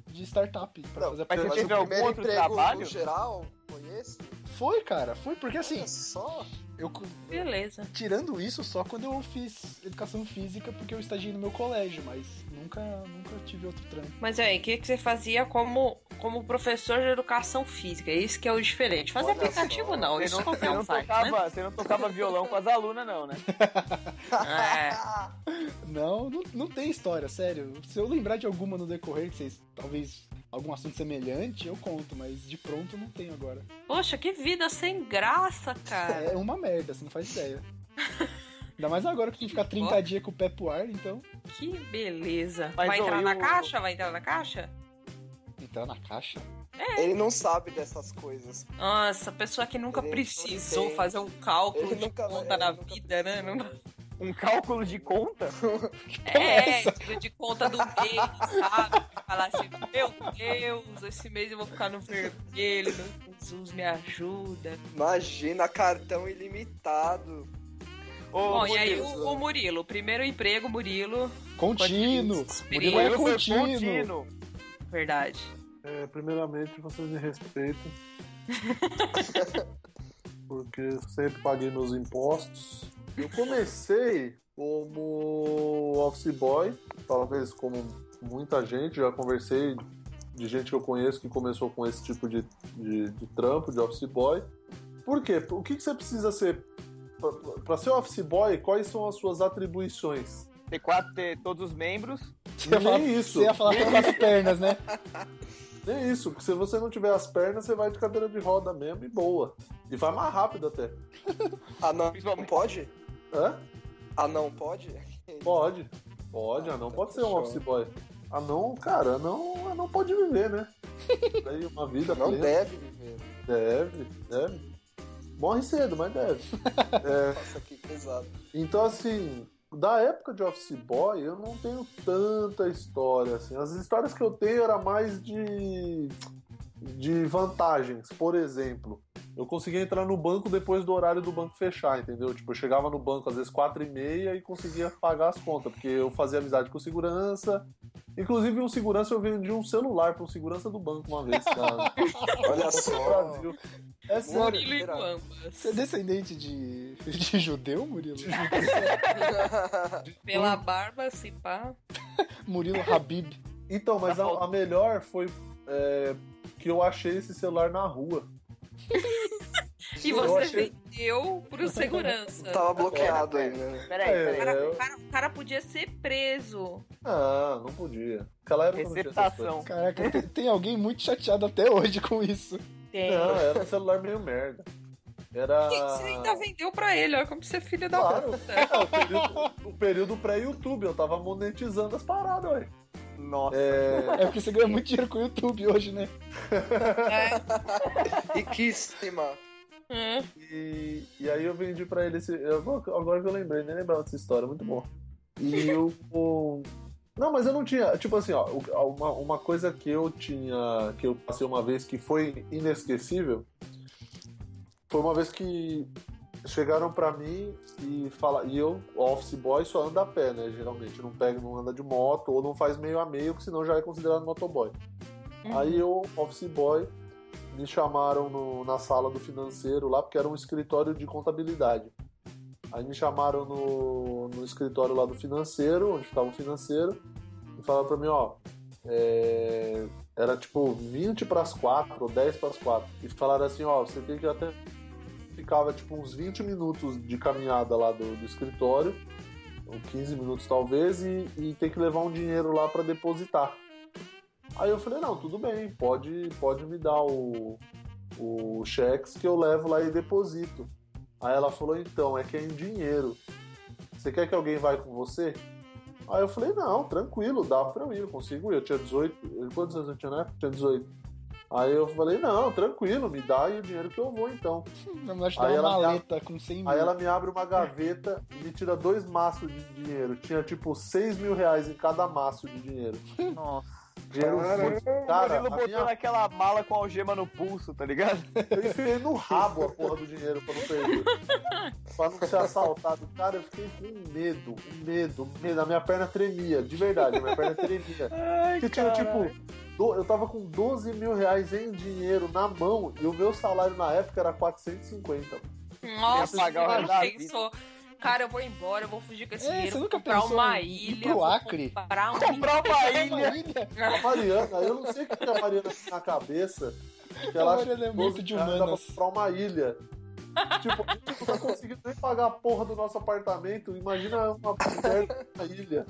de startup. Pra
Não,
fazer
mas
Mas
você
aplicativo.
o
teve algum
primeiro
outro
emprego
trabalho?
no geral foi esse?
Foi, cara, foi, porque assim,
Olha só.
eu. co-
Beleza.
Tirando isso, só quando eu fiz educação física, porque eu estagiei no meu colégio, mas nunca, nunca tive outro trampo.
Mas aí, o que, que você fazia como, como professor de educação física? Isso que é o diferente. Fazer
Olha
aplicativo
só,
não,
Você
isso
não, você
qualquer
não
um faz, né?
tocava, você não tocava violão com as alunas, não, né?
É.
Ah.
Não, não, não tem história, sério. Se eu lembrar de alguma no decorrer, que vocês. talvez algum assunto semelhante, eu conto, mas de pronto não tem agora.
Poxa, que vida sem graça, cara.
É uma merda, você não faz ideia. Ainda mais agora que tem que ficar 30
Ó.
dias com o pé pro ar, então.
Que beleza.
Mas,
Vai
ô,
entrar
e
na
o-
caixa? Vai entrar na caixa?
Entrar na caixa?
Ele não sabe dessas coisas.
Nossa, pessoa que nunca
Ele
precisou
não
fazer um cálculo
Ele
de
nunca-
conta
ele
na
nunca
vida, né? Não-
Um cálculo de conta?
É,
essa?
de, de conta do mês, sabe? De Falar assim, meu Deus, esse mês eu vou ficar no vermelho, meu Jesus me ajuda.
Imagina, cartão ilimitado.
Ô,
Bom, e aí
Murilo,
o, o Murilo, primeiro emprego, Murilo,
Contínuo!
Murilo
Murilo é
eu sou
contínuo!
contínuo.
verdade.
É, primeiramente, vocês me respeitem. porque sempre paguei meus impostos. Eu comecei como office boy, talvez como muita gente, já conversei de gente que eu conheço que começou com esse tipo de, de, de trampo, de office boy. Por quê? O que, que você precisa ser? Para ser office boy, quais são as suas atribuições?
Ter quatro, ter todos os membros.
Você ia, falar,
Nem isso.
você ia falar com as pernas, né?
É isso, porque se você não tiver as pernas, você vai de cadeira de roda mesmo e boa. E vai mais rápido até.
Ah, não. Não
Principalmente.
pode?
Hã?
Ah, não pode?
Pode. Pode, anão pode ser um
Ah, tá Show.
office boy. Anão, cara, anão, anão pode viver, né? Daí uma vida
Não
plena.
deve viver.
Deve, deve. Morre cedo, mas deve.
Nossa, que pesado.
Então, assim, da época de Office Boy, eu não tenho tanta história, assim. As histórias que eu tenho era mais de, de vantagens. Por exemplo, eu conseguia entrar no banco depois do horário do banco fechar, entendeu? Tipo, eu chegava no banco às vezes quatro e meia e conseguia pagar as contas, porque eu fazia amizade com o segurança. Inclusive, um segurança, eu vendi um celular para um segurança do banco uma vez, cara.
Olha
No
só.
Brasil. É sério.
Murilo e
será?
Você é
Guambas.
descendente de, de judeu, Murilo?
Pela
um-
barba, se pá.
Murilo Habib.
Então, mas a, a melhor foi é, que eu achei esse celular na rua.
E
Eu
você
achei-
vendeu pro segurança.
Tava bloqueado
É.
aí, né?
O
Peraí, peraí.
É.
cara, o cara- o cara podia ser preso.
Ah, não podia. Naquela época não tinha essas
Receptação.
Caraca, tem, tem alguém muito chateado até hoje com isso.
Tem.
coisas. Não, era um celular meio merda. Era.
Ah.
E você tá ainda vendeu pra ele, olha como você é filho da
Claro.
puta.
Ah, o período, o período pré-YouTube, eu tava monetizando as paradas, ué.
Nossa.
É,
É porque você ganha muito dinheiro com o YouTube hoje, né?
É.
Riquíssima.
Hum.
e, e aí eu vendi pra ele esse. eu- agora que eu lembrei, nem lembrava dessa história, muito bom. E eu. o- Não, mas eu não tinha. Tipo assim, ó, o- uma, uma coisa que eu tinha. que eu passei uma vez que foi inesquecível. Foi uma vez que chegaram pra mim e fala e eu, office boy, só anda a pé, né? Geralmente, não pega, não anda de moto ou não faz meio a meio, que senão já é considerado motoboy. Aí eu, office boy, me chamaram no- na sala do financeiro lá, porque era um escritório de contabilidade. Aí me chamaram no, no escritório lá do financeiro, onde estava o financeiro, e falaram pra mim, ó, é, era tipo 20 pras 4 ou 10 pras 4. E falaram assim, ó, você tem que até. Ficava tipo uns 20 minutos de caminhada lá do, do escritório, ou 15 minutos talvez, e, e tem que levar um dinheiro lá pra depositar. Aí eu falei, não, tudo bem, pode, pode me dar o, o cheques que eu levo lá e deposito. Aí ela falou, então, é que é em dinheiro. Você quer que alguém vai com você? Aí eu falei, não, tranquilo, dá pra eu ir, eu consigo ir. Eu tinha 18. Quantos anos eu tinha na época? Eu tinha 18. Aí eu falei, não, tranquilo, me dá aí o dinheiro que eu vou então.
Na verdade, dá
Aí
uma
ela me
maleta com 100 mil.
Aí ela me abre uma gaveta e me tira dois maços de dinheiro. Tinha tipo 6 mil reais em cada maço de dinheiro.
Nossa.
Dinheiro
Caramba,
fofo.
o
É. Cara,
Murilo
a
botou
minha
naquela mala com algema no pulso, tá ligado?
Eu enfiei no rabo a porra do dinheiro pra não perder. pra não ser assaltado. Cara, eu fiquei com medo, um medo, um medo. A minha perna tremia, de verdade, a minha perna tremia.
Ai,
Porque tinha, tipo, do- eu tava com 12 mil reais em dinheiro na mão e o meu salário na época era 450.
Nossa,
Ia pagar o
cara,
radar,
pensou. Cara, eu vou embora, eu vou fugir com esse
É,
dinheiro,
você
vou
nunca
comprar
pensou
uma
em ir
ilha,
pro
vou
Acre?
comprar um...
comprar uma
É uma
ilha.
ilha.
A Mariana, eu não sei o que que a Mariana tem na cabeça, que ela
A
acha
Mariana é
que
muito
12
de
reais dá pra
humanas.
comprar uma ilha. Tipo, a gente não tá conseguindo nem pagar a porra do nosso apartamento. Imagina uma mulher na ilha.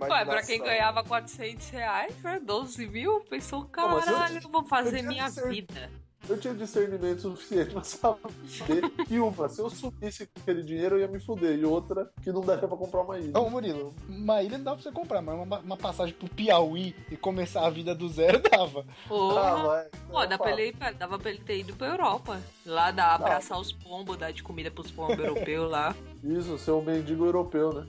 Ué, pra quem ganhava 400 reais, né, 12 mil, pensou, caralho, eu, vou fazer
eu
minha
tinha
vida.
Eu tinha discernimento suficiente pra saber que uma, se eu subisse com aquele dinheiro, eu ia me fuder. E outra, que não daria pra comprar uma ilha.
Ô, Murilo, uma ilha não dá pra você comprar, mas uma, uma passagem pro Piauí e começar a vida do zero dava.
Ah,
Porra.
vai.
Pô,
Eu
dá pra
falo.
ele ir pra- dava pra ele ter ido pra Europa. Lá dá abraçar os pombos, dar de comida pros pombos europeus lá.
Isso, ser um mendigo europeu, né?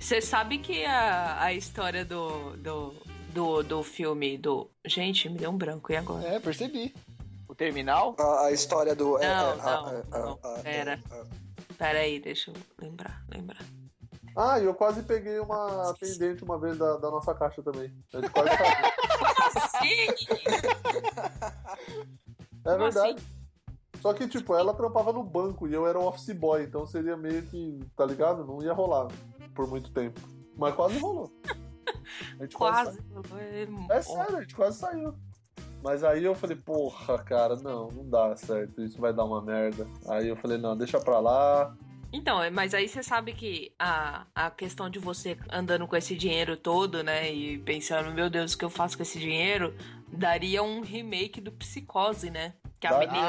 Você sabe que a, a história do, do, do, do filme do. Gente, me deu um branco, e agora?
É, percebi.
O terminal?
A, a história do. é,
Não,
é,
não,
ah, é,
não,
ah, ah,
pera.
é,
Pera aí, deixa eu lembrar, lembrar.
Ah, e eu quase peguei uma atendente uma vez da, da nossa caixa também. A gente quase caiu.
Sim!
É
Como assim?
verdade. Só que, tipo, ela trampava no banco e eu era um office boy, então seria meio que, tá ligado? Não ia rolar por muito tempo. Mas quase rolou. A gente
Quase.
É sério, a gente quase saiu. Mas aí eu falei, porra, cara, não, não dá certo, isso vai dar uma merda. Aí eu falei, não, deixa pra lá.
Então, é, mas aí você sabe que a, a questão de você andando com esse dinheiro todo, né? E pensando, meu Deus, o que eu faço com esse dinheiro? Daria um remake do Psicose, né? Que a
Dá-
menina vai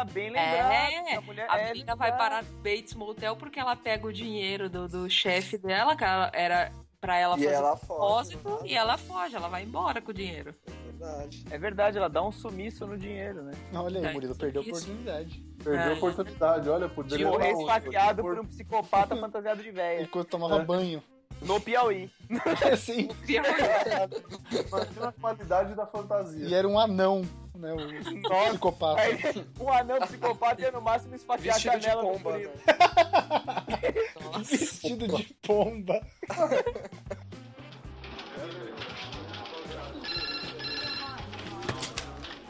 Ah, bem lembrado.
É,
a mulher
A
é
menina vai
lembrada.
parar no Bates Motel porque ela pega o dinheiro do, do chefe dela, que ela- era pra ela
é. E
fazer
ela
um
foge. né?
depósito, e ela foge, ela vai embora com o dinheiro.
Verdade.
É verdade, ela dá um sumiço no dinheiro, né?
Olha
É,
aí, Murilo, perdeu a
isso.
oportunidade.
Perdeu
É.
a oportunidade, olha,
De
poderia
morrer
rolar um-
esfaqueado
por-
por um psicopata fantasiado de
É.
véia.
Enquanto tomava banho.
No Piauí.
assim,
é Imagina a qualidade da fantasia.
e era um anão, né? O
Nossa.
psicopata.
é
Aí, um anão psicopata ia no máximo esfaquear a
Vestido de
canela do
pomba.
Murilo.
né?
Vestido de pomba.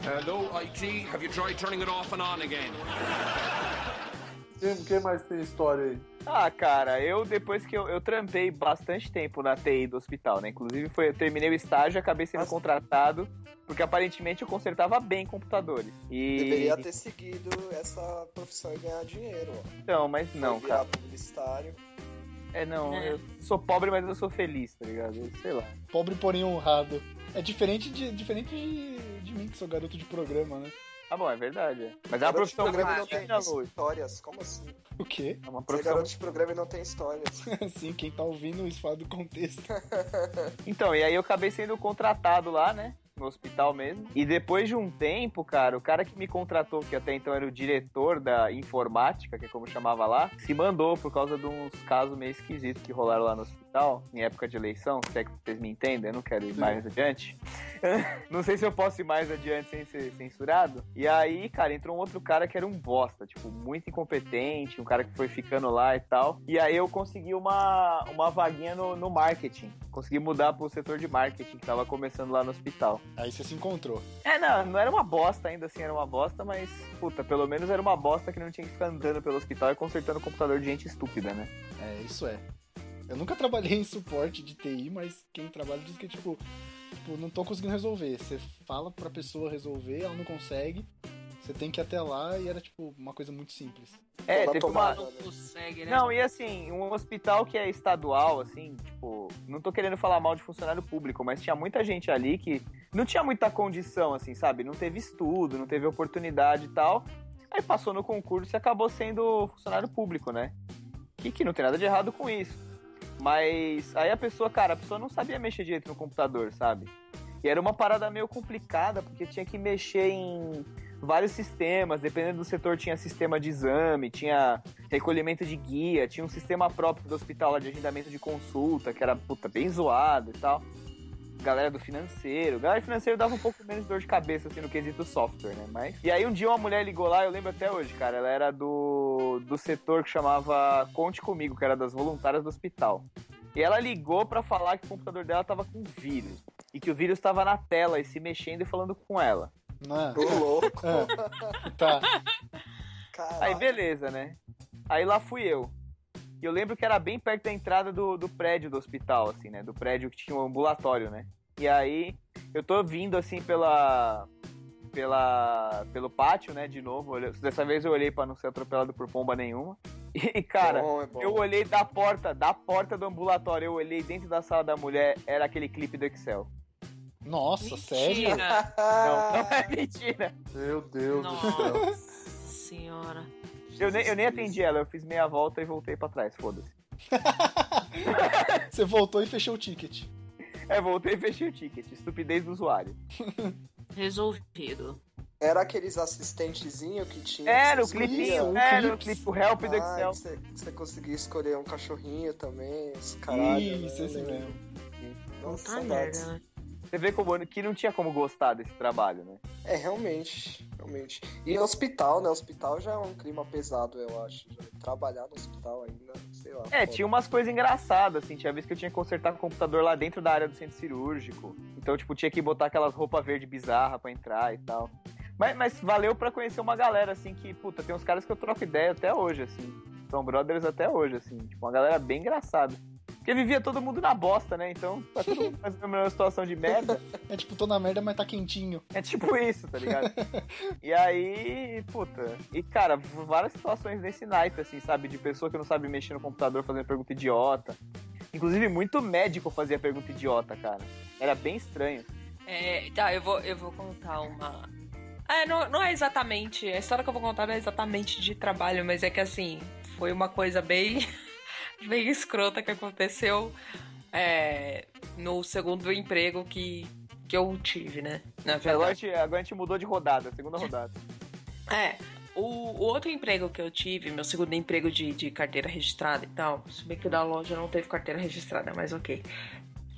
Hello, IT. Have you tried turning it off and on again?
Quem, quem mais tem história aí?
Ah, cara, eu depois que eu, eu trampei bastante tempo na TI do hospital, né? Inclusive, foi, eu terminei o estágio e acabei sendo
Nossa.
contratado, porque aparentemente eu consertava bem computadores. E.
Deveria ter seguido essa profissão e ganhar dinheiro, ó.
Então, mas não,
Foi virar
cara.
publicitário.
É, não,
É.
eu sou pobre, mas eu sou feliz, tá ligado? Eu Sei lá.
Pobre, porém honrado. É diferente de, diferente de, de mim, que sou garoto de programa, né?
Tá bom, é verdade. é. Mas é uma
Garoto de
profissão
programa
grande,
não tem
digna, Lourdes.
histórias. Como assim?
O quê?
É uma
Ser
profissão
garoto de programa e não tem histórias.
Assim, quem tá ouvindo isso fala do contexto.
Então, e aí eu acabei sendo contratado lá, né? No hospital mesmo. E depois de um tempo, cara, o cara que me contratou, que até então era o diretor da informática, que é como chamava lá, se mandou por causa de uns casos meio esquisitos que rolaram lá no hospital. tal, em época de eleição, se é que vocês me entendem, eu não quero ir mais adiante. não sei se eu posso ir mais adiante sem ser censurado. E aí, cara, entrou um outro cara que era um bosta, tipo, muito incompetente, um cara que foi ficando lá e tal. E aí eu consegui uma, uma vaguinha no, no marketing. Consegui mudar pro setor de marketing que tava começando lá no hospital.
Aí você se encontrou.
É, não, não era uma bosta ainda assim, era uma bosta, mas, puta, pelo menos era uma bosta que não tinha que ficar andando pelo hospital e consertando o computador de gente estúpida, né?
É, isso é. Eu nunca trabalhei em suporte de TI, mas quem trabalha diz que, tipo, tipo, não tô conseguindo resolver. Você fala pra pessoa resolver, ela não consegue. Você tem que ir até lá e era, tipo, uma coisa muito simples.
É,
Toda
teve
um
uma,
tomada, né?
consegue, né?
Não, e assim, um hospital que é estadual, assim, tipo, não tô querendo falar mal de funcionário público, mas tinha muita gente ali que não tinha muita condição, assim, sabe? Não teve estudo, não teve oportunidade e tal. Aí passou no concurso e acabou sendo funcionário público, né? Que, que não tem nada de errado com isso. Mas aí a pessoa, cara, a pessoa não sabia mexer direito no computador, sabe? E era uma parada meio complicada, porque tinha que mexer em vários sistemas, dependendo do setor, tinha sistema de exame, tinha recolhimento de guia, tinha um sistema próprio do hospital lá de agendamento de consulta, que era puta, bem zoado e tal. Galera do financeiro. Galera do financeiro dava um pouco menos de dor de cabeça, assim, no quesito software, né? Mas. E aí um dia uma mulher ligou lá, eu lembro até hoje, cara. Ela era do, do setor que chamava Conte Comigo, que era das voluntárias do hospital. E ela ligou pra falar que o computador dela tava com vírus. E que o vírus tava na tela e se mexendo e falando com ela.
Não, é?
Ô, louco.
tá.
Caraca.
Aí beleza, né? Aí lá fui eu. E eu lembro que era bem perto da entrada do, do prédio do hospital, assim, né? Do prédio que tinha um ambulatório, né? E aí eu tô vindo assim pela. pela. pelo pátio, né? De novo. olha- Dessa vez eu olhei pra não ser atropelado por pomba nenhuma. E, cara,
Bom, é bom.
eu olhei da porta, da porta do ambulatório, eu olhei dentro da sala da mulher, era aquele clipe do Excel.
Nossa, sério?
Mentira.
Não,
Ah,
não é mentira.
Meu Deus do céu.
Nossa senhora.
Eu nem, eu nem atendi ela, eu fiz meia volta e voltei pra trás, foda-se.
Você voltou e fechou o ticket.
É, voltei e fechei o ticket. Estupidez do usuário.
Resolvido.
Era aqueles assistentezinhos que tinha.
Era o
que você escolhia?
clipinho,
o
era o
clipe.
clipe, o help do
Ah,
Excel.
que Você, que você conseguia escolher um cachorrinho também, esse caralho.
Isso,
né?
esse mesmo.
Nossa,
Tá
saudades.
merda, né?
Você vê como que não tinha como gostar desse trabalho, né?
É, realmente, realmente. E hospital, né? Hospital já é um clima pesado, eu acho. Já Trabalhar no hospital ainda, sei lá.
É,
foda.
tinha umas coisas engraçadas, assim, tinha vez que eu tinha que consertar o computador lá dentro da área do centro cirúrgico. Então, tipo, tinha que botar aquelas roupas verde bizarra pra entrar e tal. Mas, mas valeu pra conhecer uma galera, assim, que, puta, tem uns caras que eu troco ideia até hoje, assim. São brothers até hoje, assim. Tipo, uma galera bem engraçada. Porque vivia todo mundo na bosta, né? Então, tá todo mundo mais ou menos numa situação de merda.
É tipo, tô na merda, mas tá quentinho.
É tipo isso, tá ligado? e aí, puta. E cara, v- várias situações nesse night, assim, sabe? De pessoa que não sabe mexer no computador fazendo pergunta idiota. Inclusive, muito médico fazia pergunta idiota, cara. Era bem estranho.
É, tá, eu vou, eu vou contar uma. É, não, não é exatamente. A história que eu vou contar não é exatamente de trabalho, mas é que assim, foi uma coisa bem, bem escrota que aconteceu é, no segundo emprego que, que eu tive, né? Na
Agora a,
verdade.
gente, agora a gente mudou de rodada, segunda rodada.
É. O, o outro emprego que eu tive, meu segundo emprego de, de carteira registrada e tal, se bem que o da loja não teve carteira registrada, mas ok.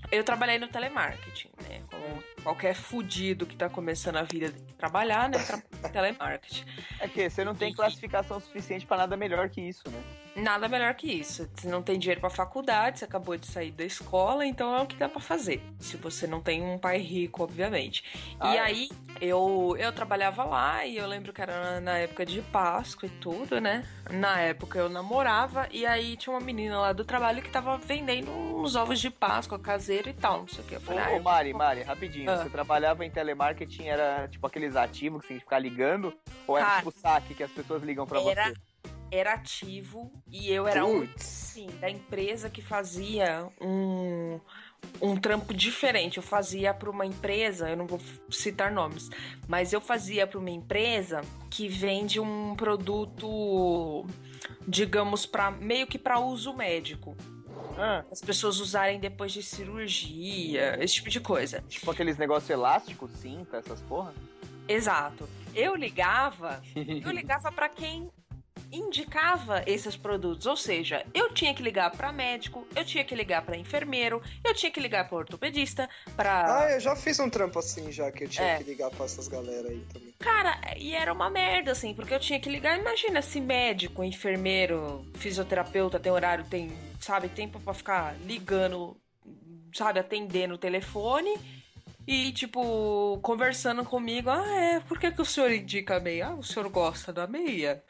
Eu trabalhei no telemarketing, né? Como qualquer fudido que tá começando a vida tem que trabalhar, né? Trabalhei no telemarketing.
É que você não tem classificação suficiente pra nada melhor que isso, né?
Nada melhor que isso. Você não tem dinheiro pra faculdade, você acabou de sair da escola, então é o que dá pra fazer. Se você não tem um pai rico, obviamente.
Ah,
e
é.
aí, eu, eu trabalhava lá e eu lembro que era na, na época de Páscoa e tudo, né? Na época eu namorava e aí tinha uma menina lá do trabalho que tava vendendo uns ovos de Páscoa caseiro e tal, não sei o que. Eu
Ô,
falei, ah,
ô
eu-
Mari, Mari, rapidinho.
Ah.
Você trabalhava em telemarketing, era tipo aqueles ativos que você tem que ficar ligando? Ou era
Cara,
tipo saque que as pessoas ligam pra
era-
você?
era ativo e eu era um
Putz.
sim da empresa que fazia um um trampo diferente. Eu fazia para uma empresa, eu não vou citar nomes, mas eu fazia para uma empresa que vende um produto, digamos, para meio que para uso médico,
Ah.
as pessoas usarem depois de cirurgia, esse tipo de coisa.
Tipo aqueles negócios elásticos, cinta, essas porra.
Exato. Eu ligava, eu ligava para quem indicava esses produtos, ou seja, eu tinha que ligar para médico, eu tinha que ligar para enfermeiro, eu tinha que ligar para ortopedista, para
Ah, eu já fiz um trampo assim já, que eu tinha
É.
que ligar pra essas galera aí também.
Cara, e era uma merda, assim, porque eu tinha que ligar. Imagina se médico, enfermeiro, fisioterapeuta tem horário, tem, sabe, tempo pra ficar ligando, sabe, atendendo o telefone e, tipo, conversando comigo. Ah, é, por que, que o senhor indica a meia? Ah, o senhor gosta da meia?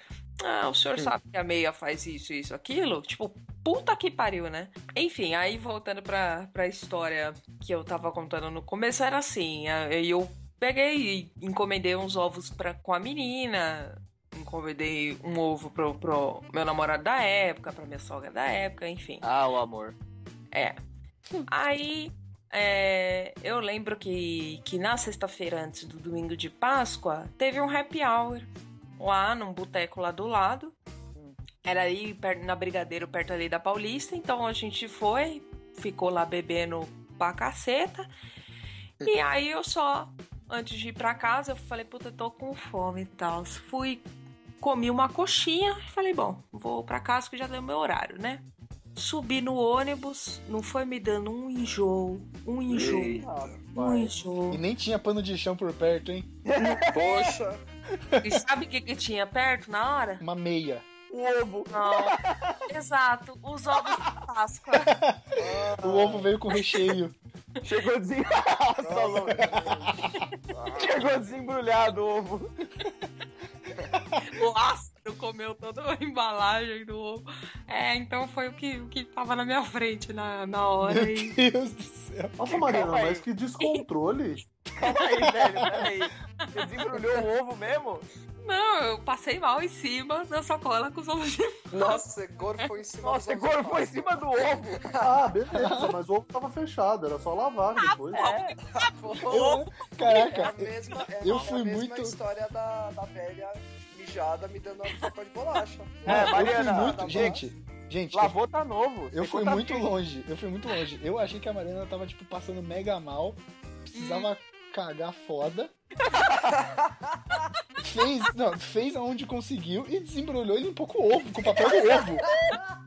Ah, o senhor sabe que a meia faz isso, isso, aquilo? Tipo, puta que pariu, né? Enfim, aí voltando pra, pra história que eu tava contando no começo, era assim, a- eu peguei e encomendei uns ovos pra, com a menina. Encomendei um ovo pro, pro meu namorado da época, pra minha sogra da época, enfim.
Ah, o amor.
É. Aí é, eu lembro que, que na sexta-feira, antes do domingo de Páscoa, teve um happy hour lá num boteco lá do lado. Era aí per- na Brigadeiro, perto ali da Paulista. Então a gente foi, ficou lá bebendo pra caceta. E aí eu só, antes de ir pra casa, eu falei, puta, eu tô com fome e tal. Fui, comi uma coxinha e falei, bom, vou pra casa que já deu meu horário, né? Subi no ônibus, não foi me dando um enjoo, um enjoo, um enjoo.
E nem tinha pano de chão por perto, hein?
Poxa,
E sabe o que, que tinha perto na hora?
Uma meia.
Um ovo.
Não. Exato, os ovos de Páscoa.
O ovo veio com recheio.
Chegou desen... Nossa, louco. Chegou desembrulhado o ovo.
O ácido comeu toda a embalagem do ovo. É, então foi o que, o que tava na minha frente na, na hora. E...
Meu Deus do céu.
Nossa, Mariana,
Calma aí.
mas que descontrole.
Calma aí, velho, calma aí. Você desembrulhou o ovo mesmo?
Não, eu passei mal em cima da sacola com os ovos de
nossa, gorfou em cima
Nossa,
dos
agora foi em cima do ovo.
Ah, beleza, mas o ovo tava fechado, era só lavar depois.
Pô, É a
Caraca,
mesma, é
Eu
a
fui
mesma
muito-
história da, da velha mijada me dando uma sopa de bolacha.
É,
eu
Mariana,
fui muito.
tá bom.
Gente, gente, eu
Lavou, tá novo.
Eu
Secou,
fui
tá
muito
firme.
longe, eu fui muito longe. Eu achei que a Mariana tava, tipo, passando mega mal, precisava cagar foda. fez, não, fez aonde conseguiu e desembrulhou e limpou com o ovo, com o papel do ovo.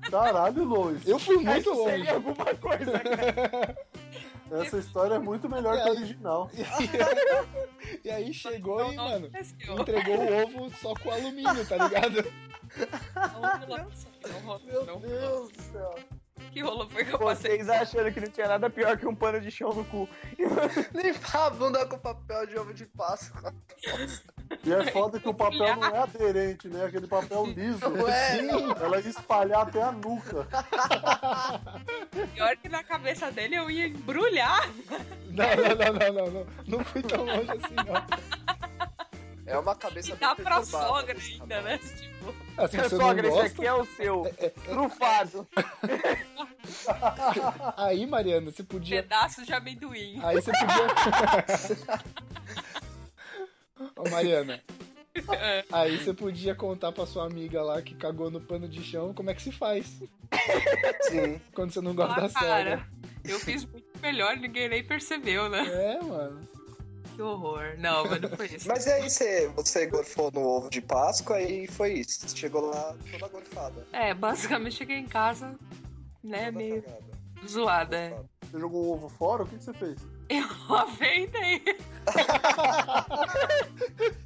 Caralho, Lois.
Eu fui
Ah,
muito
Isso
longe.
seria alguma coisa, cara.
Essa história é muito melhor que a original.
E aí
então
chegou e, mano,
aconteceu.
entregou o ovo só com alumínio, tá ligado?
Não rolou, não rolou, não
Meu Deus do céu.
O que rolou foi que eu passei.
Vocês achando que não tinha nada pior que um pano de chão no cu.
Limpar a bunda com papel de ovo de Páscoa.
E é foda que o papel não é aderente, né? Aquele papel liso.
é.
Ué.
Sim, ela ia espalhar até a nuca.
Pior que na cabeça dele eu ia embrulhar.
Não, não, não, não, não, não. Não fui tão longe assim, não.
É uma cabeça
E dá
bem
pra
perturbada,
sogra
desse
ainda,
tamanho.
né? Tipo,
Ah, se
Minha
você não
sogra, esse aqui
gosta,
é o seu. Trufado.
aí, Mariana, você podia
pedaço de amendoim.
Aí você podia. Ô, Mariana.
É.
Aí você podia contar pra sua amiga lá que cagou no pano de chão como é que se faz
Sim.
quando você não gosta da sogra.
cara, eu fiz muito melhor, ninguém nem percebeu, né?
É, mano.
Que horror. Não, mas não foi isso.
Mas e aí você, você gorfou no ovo de Páscoa e foi isso. Você chegou lá toda gorfada.
É, basicamente cheguei em casa, né,
Toda
meio
cagada.
zoada.
Você jogou o ovo fora? O que, que você fez?
Eu aventei.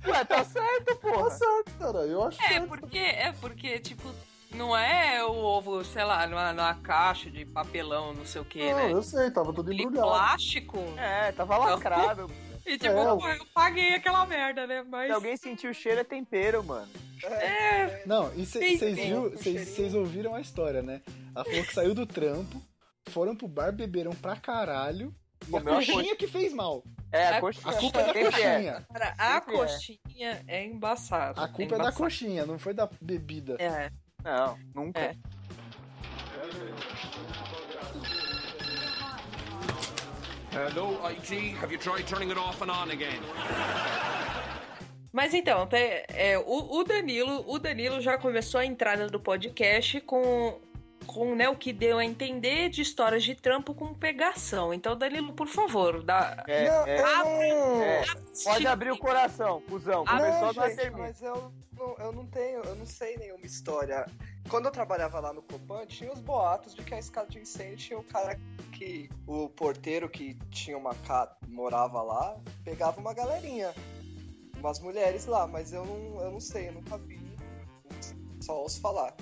Ué, tá certo,
Tá
porra.
certo, cara. Eu acho
É
certo.
porque, é porque, tipo, não é o ovo, sei lá, numa, numa caixa de papelão, não sei o que,
Não,
né?
eu sei, tava tudo
De
embrulhado.
plástico.
É, tava lacrado.
E tipo,
É,
pô, eu paguei aquela merda, né? Mas.
Se alguém sentir o cheiro, é tempero, mano.
É,
Não, e
Sim,
vocês
sim. É
viu, vocês ouviram a história, né? Ela falou que saiu do trampo, foram pro bar, beberam pra caralho. E a
Comeu a
coxinha que fez mal.
É,
A
a coxinha.
A culpa é da
Sempre
coxinha.
Cara, a
Sempre é.
coxinha é embaçada.
A culpa é da
embaçada.
coxinha, não foi da bebida.
É.
Não, nunca.
É.
Hello, IG. Have you tried turning it off and on again?
Mas então, te- é, o, o Danilo, o Danilo já começou a entrada do podcast com com né, o que deu a entender de histórias de trampo com pegação. Então, Danilo, por favor, dá.
É,
não,
é,
eu
Abre-
não-
é. Pode abrir o coração, cuzão.
Ah,
Começou,
não,
agora
gente,
termina.
mas eu não, eu não tenho, eu não sei nenhuma história. Quando eu trabalhava lá no Copan, tinha os boatos de que a escada de incêndio tinha o cara que. O porteiro que tinha uma casa, morava lá, pegava uma galerinha. Umas mulheres lá, mas eu não, eu não sei, eu nunca vi. Só ouço falar.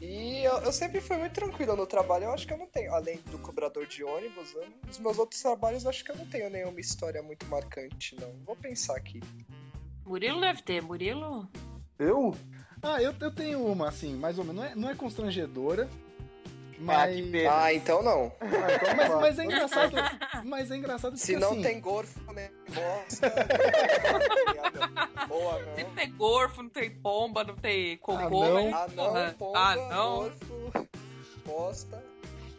E eu, eu sempre fui muito tranquila no trabalho, eu acho que eu não tenho. Além do cobrador de ônibus, eu- os meus outros trabalhos, eu acho que eu não tenho nenhuma história muito marcante, não. Vou pensar aqui.
Murilo deve ter, Murilo.
Eu?
Ah, eu, eu tenho uma, assim, mais ou menos. Não é, não é constrangedora.
Ah,
Mas,
que pena.
É.
Ah, então não.
Ah, então
mas,
vai.
mas é engraçado. Mas é engraçado porque
Se não
assim,
tem gorfo, né? Bosta. Boa,
Se
não.
tem gorfo, não tem pomba, não tem cocô,
não.
né?
Ah, não,
Porra.
pomba,
ah, não,
gorfo, bosta,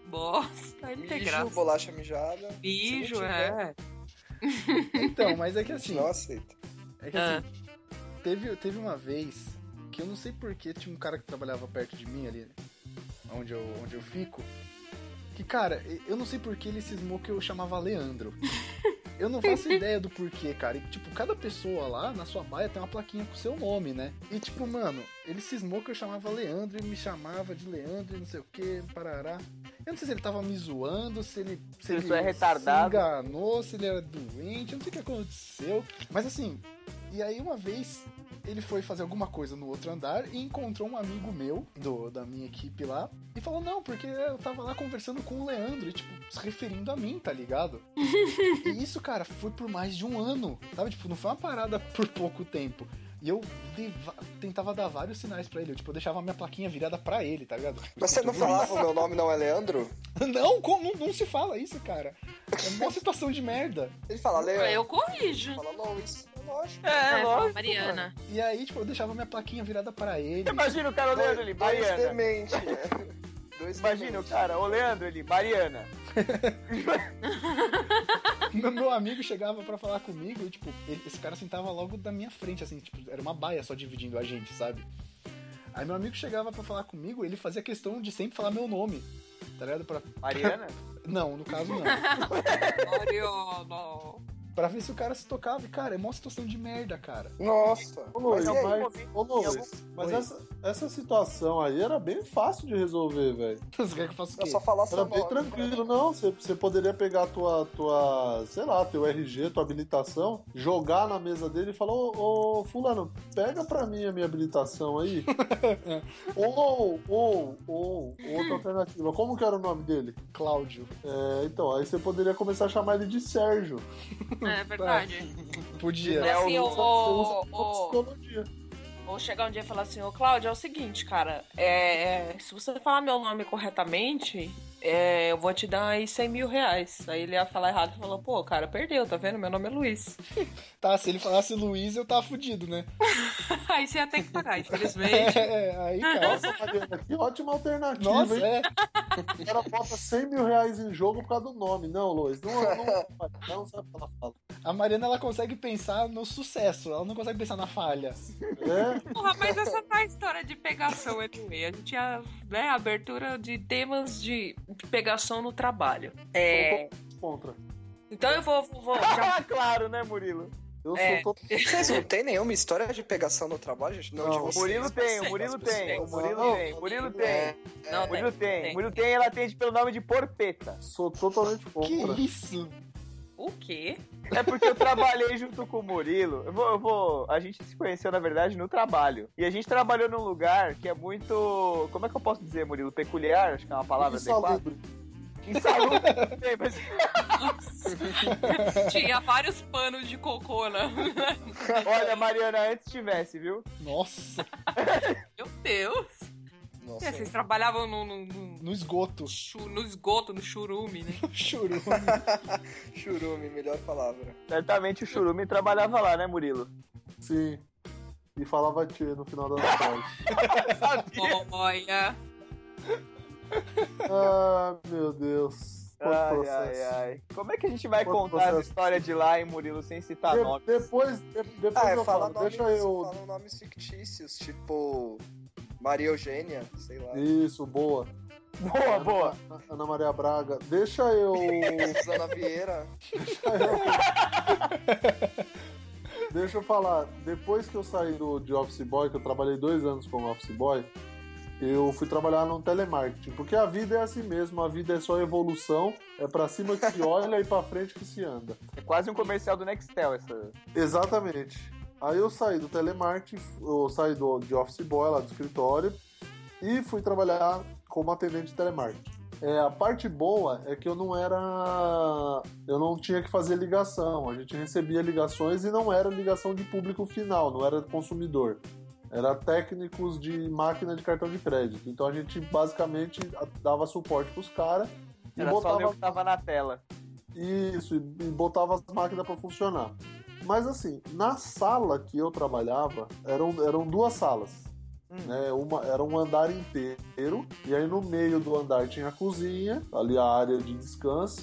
bosta, aí não tem
mijo,
graça.
bolacha mijada. Se
Mijo,
não tiver,
é.
então, mas é que assim.
Não aceito.
É que
Ah.
assim, teve, teve uma vez que eu não sei porquê tinha um cara que trabalhava perto de mim ali, onde eu, onde eu fico. Que, cara, e- eu não sei porquê ele cismou que eu chamava Leandro. Eu não faço ideia do porquê, cara. E, tipo, cada pessoa lá na sua baia tem uma plaquinha com o seu nome, né? E, tipo, mano, ele cismou que eu chamava Leandro e me chamava de Leandro e não sei o que, parará. Eu não sei se ele tava me zoando, se ele. Se,
Se
ele
isso é retardado.
Se enganou, se ele era doente, eu não sei o que aconteceu. Mas assim, e aí uma vez ele foi fazer alguma coisa no outro andar e encontrou um amigo meu, do, da minha equipe lá, e falou, não, porque eu tava lá conversando com o Leandro, e tipo, se referindo a mim, tá ligado? e isso, cara, foi por mais de um ano, sabe? Tipo, não foi uma parada por pouco tempo. E eu dei va- tentava dar vários sinais pra ele, eu, tipo, eu deixava a minha plaquinha virada pra ele, tá ligado? Tipo,
Mas você não
escuta, "Luiz,
falava o meu nome não é Leandro?
Não, como- não, não se fala isso, cara. É uma situação de merda.
Ele fala Leandro.
Eu corrijo.
Fala Louis. Lógico.
É,
É,
lógico. mano.
Mariana.
E aí, tipo, eu deixava minha plaquinha virada pra
É,
ele.
Imagina o cara olhando ali,
Dois
Mariana.
demente, né? Dois
Imagina o
demente.
cara olhando ali, Mariana.
Meu, meu amigo chegava pra falar comigo e, tipo, ele- esse cara sentava logo da minha frente, assim, tipo, era uma baia só dividindo a gente, sabe? Aí meu amigo chegava pra falar comigo, ele fazia questão de sempre falar meu nome, tá ligado? Pra...
Mariana?
Não, no caso não.
Mariana.
pra ver se o cara se tocava. E, cara, é uma situação de merda, cara.
Nossa.
Ô, Luiz,
Mas é
e aí?
um convite.
ô, Luiz, mas
Oi.
essa, essa situação aí era bem fácil de resolver, velho.
Você quer que eu faça o
Eu
quê?
só falar seu
Era
nome.
bem tranquilo, não. Você, você poderia pegar tua, tua, sei lá, teu RG, tua habilitação, jogar na mesa dele e falar, ô, ô, fulano, pega pra mim a minha habilitação aí. ou, ou, ou, outra alternativa. Como que era o nome dele?
Cláudio.
É, então, aí você poderia começar a chamar ele de Sérgio.
É verdade.
Podia.
É,
assim,
o-
ô,
Você
ô,
usa
ô,
psicologia.
Vou chegar um dia e falar assim, ô Cláudio, é o seguinte, cara, é, é, se você falar meu nome corretamente, é, eu vou te dar aí 100 mil reais. Aí ele ia falar errado e falou, pô, cara, perdeu, tá vendo? Meu nome é Luiz.
Tá, se ele falasse Luiz, eu tava fudido, né?
aí você ia ter que pagar, infelizmente.
É, aí, cara.
Nossa, Mariana, que ótima alternativa,
Nossa,
Tipo,
hein?
é.
O cara bota 100 mil reais em jogo por causa do nome. Não, Luiz, não, não, não, não sabe o que ela fala.
A Mariana, ela consegue pensar no sucesso, ela não consegue pensar na falha.
É,
Porra, mas essa tá a história de pegação anyway. A gente tinha né, abertura de temas de pegação no trabalho. É,
contra.
então eu vou, vou- já-
Ah, claro, né, Murilo?
Eu
É.
sou
Vocês não tem nenhuma história de pegação no trabalho, gente? Não,
Não,
de
o
O
vocês.
Murilo tem, o
sei,
Murilo
mas
tem,
eu
o
sei.
Murilo
Não,
tem, o Murilo
não,
é.
tem.
não, né?
O Murilo tem,
tem.
o Murilo tem, ela atende pelo nome de Porpeta.
to- sou totalmente contra.
Que isso?
O quê?
É porque eu trabalhei junto com o Murilo. Eu vou, eu vou. A gente se conheceu, na verdade, no trabalho. E a gente trabalhou num lugar que é muito. Como é que eu posso dizer, Murilo? Peculiar? Acho que é uma palavra adequada.
Insalubre.
Insalubre. não sei, mas
Tinha vários panos de cocô, né?
Olha, Mariana, antes tivesse, viu?
Nossa,
Meu Deus.
Nossa,
É, Vocês trabalhavam no- no- no,
no esgoto.
Chu- no esgoto, no churume, né?
Churu.
churume, melhor palavra.
Certamente o Churume trabalhava lá, né, Murilo?
Sim. E falava tchê no final da noite.
Sabia?
Olha.
ah, meu Deus. Quanto
Ai, ai,
processo.
ai. Como é que a gente vai
Quanto
contar essa
processo.
história de lá, hein, Murilo, sem citar
De-
nome?
depois de- depois
Ah, é,
eu
fala
falo.
nomes,
Deixa eu.
falam nomes fictícios, tipo Maria Eugênia, sei lá.
Isso, boa.
Boa, boa.
Ana- Ana Maria Braga. Deixa eu.
Susana Vieira.
Deixa eu falar, depois que eu saí do, de Office Boy, que eu trabalhei dois anos como Office Boy, eu fui trabalhar num telemarketing. Porque a vida é assim mesmo, a vida é só evolução, é pra cima que se olha e pra frente que se anda.
É quase um comercial do Nextel essa.
Exatamente. Aí eu saí do telemarketing, eu saí do, de Office Boy lá do escritório e fui trabalhar como atendente de telemarketing. É, a parte boa é que eu não era. Eu não tinha que fazer ligação. A gente recebia ligações e não era ligação de público final, não era consumidor. Era técnicos de máquina de cartão de crédito. Então a gente basicamente dava suporte pros caras e
Era só ver o
botava
que tava na tela.
isso, e e botava as máquinas para funcionar. Mas assim, na sala que eu trabalhava, eram, eram duas salas.
Hum.
Né? Uma, era um andar inteiro, e aí no meio do andar tinha a cozinha, ali a área de descanso,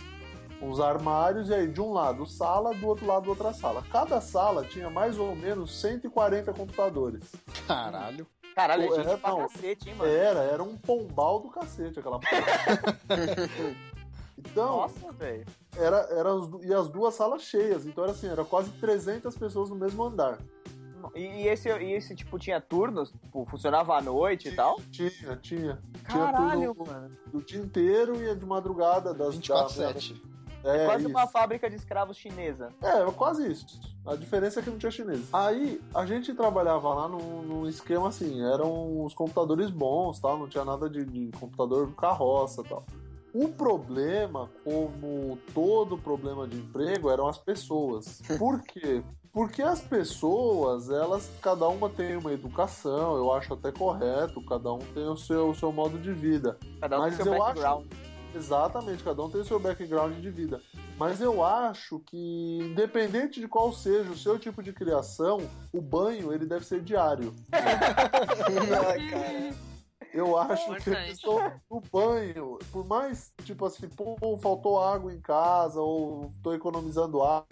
uns armários, e aí de um lado sala, do outro lado outra sala. Cada sala tinha mais ou menos 140 computadores.
Caralho.
Caralho,
Pô,
é gente
é,
pra
não.
cacete, hein, mano.
Era, era um pombal do cacete aquela porra. Então,
Nossa, velho.
era, era as du- e as duas salas cheias, então era assim, era quase 300 pessoas no mesmo andar.
E, e esse, e esse, tipo, tinha turnos? Tipo, funcionava à noite e tal?
Tinha, tinha. tinha
Caralho,
tudo
mano.
do dia inteiro e de madrugada das
24-7.
da- É,
Quase
isso.
uma fábrica de escravos chinesa.
É, era quase isso. A diferença é que não tinha chinês. Aí a gente trabalhava lá num, num esquema assim, eram os computadores bons, tal, não tinha nada de, de computador carroça tal. O problema, como todo problema de emprego, eram as pessoas. Por quê? Porque as pessoas, elas, cada uma tem uma educação, eu acho até correto, cada um tem o seu, o seu modo de vida.
Cada um
Mas
com seu
eu
background.
Exatamente, cada um tem seu background de vida. Mas eu acho que, independente de qual seja o seu tipo de criação, o banho ele deve ser diário.
Ai, cara.
Eu
é
acho que a
Importante.
questão do banho, por mais, tipo assim, pô, faltou água em casa, ou tô economizando água.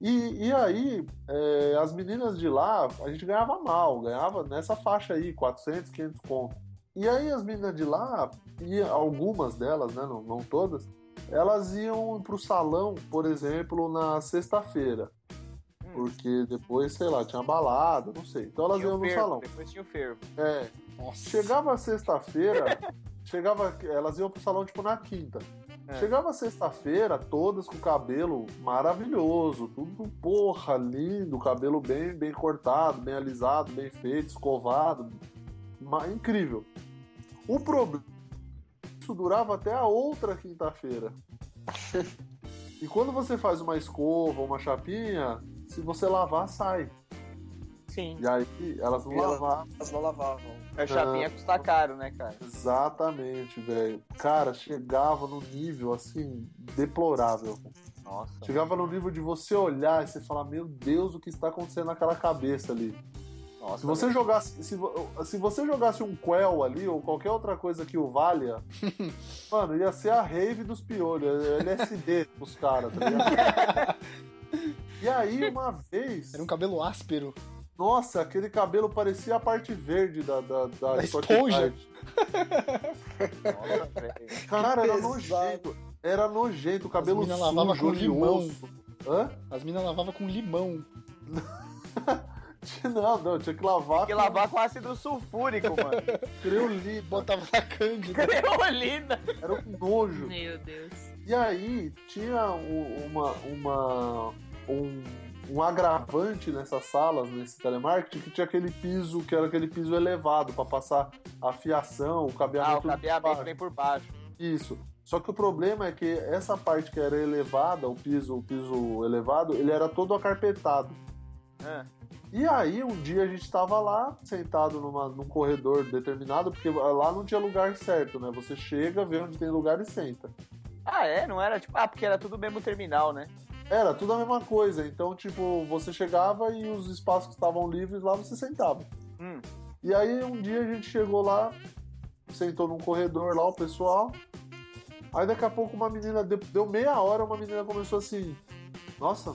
E, e aí, é, as meninas de lá, a gente ganhava mal, ganhava nessa faixa aí, 400, 500 conto. E aí as meninas de lá, e algumas delas, né, não, não todas, elas iam pro salão, por exemplo, na sexta-feira.
Hum.
Porque depois, sei lá, tinha balada, não sei. Então elas
Tinha
iam
o
no
fervo,
salão.
depois tinha o fervo.
É,
Nossa.
Chegava sexta-feira, chegava, elas iam pro salão tipo na quinta.
É.
Chegava sexta-feira, todas com o cabelo maravilhoso, tudo porra lindo, cabelo bem, bem cortado, bem alisado, bem feito, escovado, ma- incrível. O problema isso durava até a outra quinta-feira. e quando você faz uma escova, uma chapinha, se você lavar sai.
Sim.
E aí elas não
E elas-
lavavam.
Elas não lavavam.
A chapinha
Ah.
custa caro, né, cara?
Exatamente, velho. Cara, chegava no nível assim, deplorável.
Nossa.
Chegava no nível de você olhar e você falar, meu Deus, o que está acontecendo naquela cabeça ali.
Nossa.
Se você jogasse. Se, vo- se você jogasse um Quell ali, ou qualquer outra coisa que o valha, mano, ia ser a rave dos piolhos, é LSD os caras, tá ligado? E aí, uma vez,
Era um cabelo áspero.
nossa, aquele cabelo parecia a parte verde da, da, da,
Da
Scotch
esponja.
Brite.
Nossa, velho.
Cara, era
Pesado.
nojento. Era nojento, o cabelo
As mina lavava
sujo,
com limão.
oleoso. Hã?
As minas lavavam com limão.
Não, não, tinha que lavar
Tem que lavar com ácido sulfúrico, mano.
com creolina.
Botava na cândida.
Creolina.
Era um nojo.
Meu Deus.
E aí tinha u- uma, uma, um, um agravante nessas salas, nesse telemarketing, que tinha aquele piso, que era aquele piso elevado pra passar a fiação, o
Ah, o
cabeamento.
cabeamento
baixo.
vem por baixo.
Isso. Só que o problema é que essa parte que era elevada, o piso, o piso elevado, ele era todo acarpetado.
Ah,
E aí, um dia a gente tava lá, sentado numa, num corredor determinado, porque ah, lá não tinha lugar certo, né? Você chega, vê onde tem lugar e senta.
Ah, é? Não era tipo. Ah, porque era tudo mesmo terminal, né?
Era tudo a mesma coisa, então, tipo, você chegava e os espaços que estavam livres lá você sentava.
Hum.
E aí, um dia a gente chegou lá, sentou num corredor lá, o pessoal. Aí, daqui a pouco, uma menina, deu- deu meia hora, uma menina começou assim: Nossa,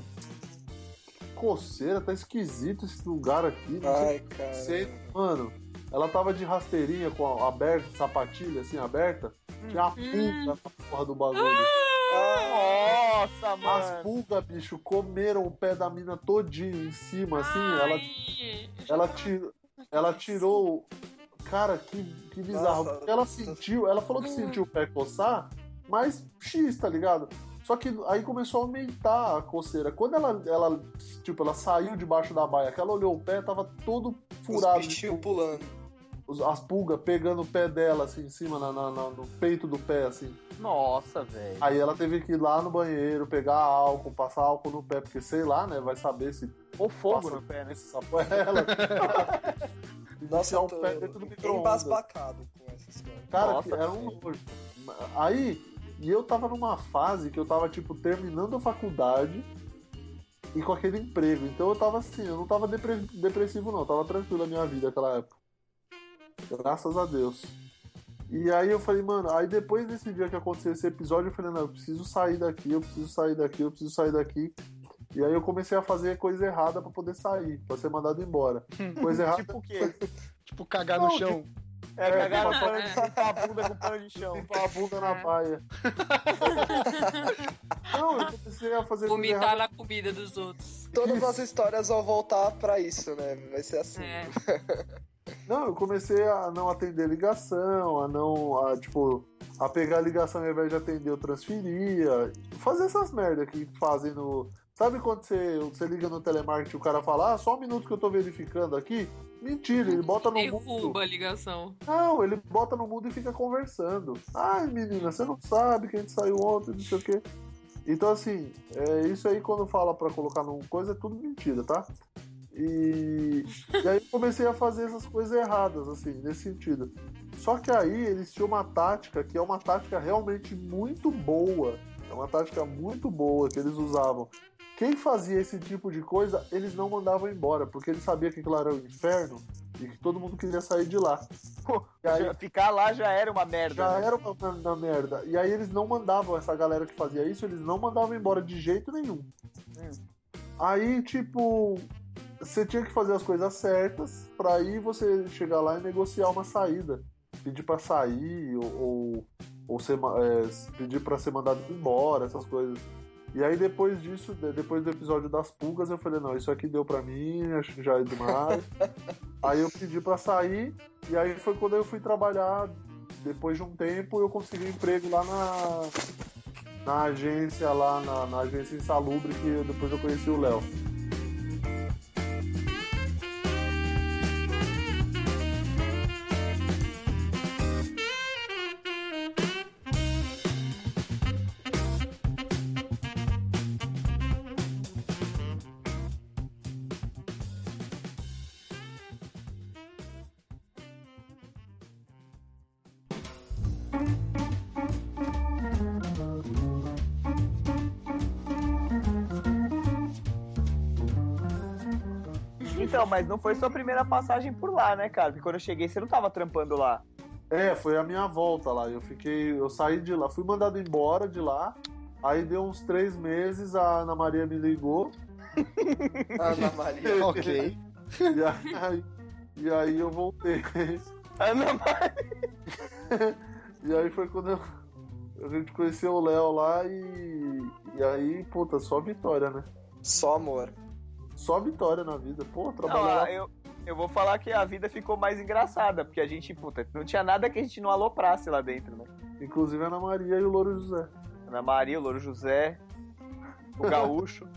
que coceira, tá esquisito esse lugar aqui, não sei
Ai, cara.
Sei, mano. Ela tava de rasteirinha com a, aberta, sapatilha assim aberta. Tinha
Hum.
uma pulga na porra do bagulho.
Ah!
Nossa,
As
mano.
pulgas, bicho, comeram o pé da mina todinho em cima, assim. Ela,
Ai, eu já
ela,
tava-
tir, ela tirou. Cara, que, que bizarro.
Nossa.
Porque ela sentiu, ela falou que sentiu o pé coçar, mas X, tá ligado? Só que aí começou a aumentar a coceira. Quando ela, ela tipo, ela saiu debaixo da baia, que ela olhou o pé, tava todo furado. tipo,
Os
de
bichinhos
pulga.
pulando.
Os- as pulgas pegando o pé dela, assim, em cima, na, na- na- no peito do pé, assim.
Nossa, velho.
Aí ela teve que ir lá no banheiro, pegar álcool, passar álcool no pé, porque sei lá, né? Vai saber se
O fogo
Passa-
no pé, né?
esse sapo é ela.
Nossa,
é
eu
um
tô
pé dentro do micro-ondas.
embasbacado com essa história.
Cara,
Nossa,
que era um
velho.
nojo. Aí, e eu tava numa fase que eu tava, tipo, terminando a faculdade e com aquele emprego. Então eu tava assim, eu não tava depre- depressivo, não. Eu tava tranquilo a minha vida naquela época. Graças a Deus. E aí eu falei, mano, aí depois desse dia que aconteceu esse episódio, eu falei, não, eu preciso sair daqui, eu preciso sair daqui, eu preciso sair daqui. E aí eu comecei a fazer coisa errada pra poder sair, pra ser mandado embora. Coisa errada
Tipo o quê?
Tipo, cagar
Não,
no chão.
É, cagar no
tipo-
pano de chão, a bunda com pano de chão.
com a bunda na baia. Não, eu comecei a fazer coisa
Vomitar
errada.
na comida dos outros.
Todas as histórias vão voltar pra isso, né? Vai ser assim.
É.
Não, eu comecei a não atender ligação, a não, a, tipo, a pegar a ligação ao invés de atender, eu transferia. Fazer essas merda que fazem no... Sabe quando você, você liga no telemarketing e o cara fala, ah, só um minuto que eu tô verificando aqui? Mentira, ele bota Tá no mundo.
Derruba a ligação.
Não, ele bota no mundo e fica conversando. Ai, menina, você não sabe que a gente saiu ontem, não sei o quê. Então, assim, é, isso aí quando fala pra colocar num coisa é tudo mentira, tá? E, e aí eu comecei a fazer essas coisas erradas, assim, nesse sentido. Só que aí eles tinham uma tática que é uma tática realmente muito boa. É uma tática muito boa que eles usavam. Quem fazia esse tipo de coisa, eles não mandavam embora, porque eles sabiam que aquilo era o inferno e que todo mundo queria sair de lá. E aí
Já- Ficar lá já era uma merda.
já
né?
era uma, uma, uma merda. E aí eles não mandavam essa galera que fazia isso, eles não mandavam embora de jeito nenhum.
Hum.
Aí, tipo, você tinha que fazer as coisas certas pra aí você chegar lá e negociar uma saída. Pedir pra sair ou, ou, ou ser ma- é, pedir pra ser mandado embora, essas coisas. E aí depois disso, de- depois do episódio das pulgas, eu falei, não, isso aqui deu pra mim, acho que já é demais. aí eu pedi pra sair, e aí foi quando eu fui trabalhar depois de um tempo eu consegui um emprego lá na, na agência, lá na, na agência insalubre, que eu- depois eu conheci o Léo.
Então, mas não foi sua primeira passagem por lá, né, cara? Porque quando eu cheguei, você não tava trampando lá.
É, foi a minha volta lá. Eu fiquei, eu saí de lá, fui mandado embora de lá. Aí deu uns três meses, a Ana Maria me ligou.
Ana Maria.
ok.
E aí, e aí eu voltei.
Ana Maria.
E aí foi quando eu- a gente conheceu o Léo lá e. E aí, puta, só vitória, né?
Só amor.
Só vitória na vida. Pô, trabalhar
Não, é-
lá.
a- eu, eu vou falar que a vida ficou mais engraçada, porque a gente, puta, não tinha nada que a gente não aloprasse lá dentro, né?
Inclusive a Ana Maria e o Louro José.
Ana Maria, o Louro José, o Gaúcho.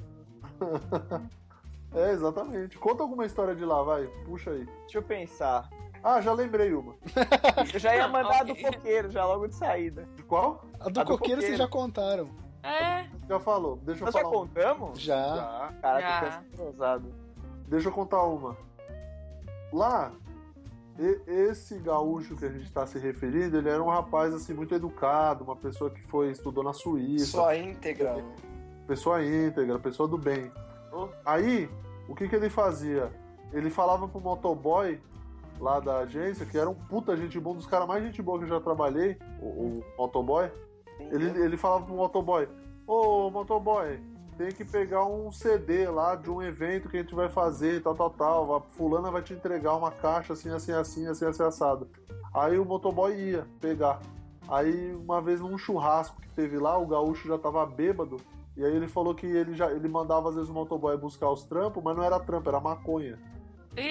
É, exatamente. Conta alguma história de lá, vai. Puxa aí.
Deixa eu pensar.
Ah, já lembrei uma.
Eu já ia mandar
Ok.
do coqueiro, já logo de saída.
De qual?
A do
A do
coqueiro vocês
coqueiro.
já contaram.
É,
Já falou. Deixa eu
Nós já
falar um. uma.
contamos?
Já.
Já.
Caraca,
Já.
que cansado.
Deixa eu contar uma. Lá, e- esse gaúcho que a gente tá se referindo, ele era um rapaz assim muito educado, uma pessoa que foi estudou na Suíça,
Só íntegra.
pessoa íntegra, pessoa do bem. Aí, o que que ele fazia? Ele falava pro motoboy lá da agência, que era um puta gente boa, um dos caras mais gente boa que eu já trabalhei, o, o motoboy. Ele, ele falava pro motoboy: Ô motoboy, tem que pegar um CD lá de um evento que a gente vai fazer, tal, tal, tal. A fulana vai te entregar uma caixa assim, assim, assim, assim, assim, assado. Aí o motoboy ia pegar. Aí, uma vez num churrasco que teve lá, o gaúcho já tava bêbado. E aí ele falou que ele já ele mandava às vezes o motoboy buscar os trampos, mas não era trampo, era maconha.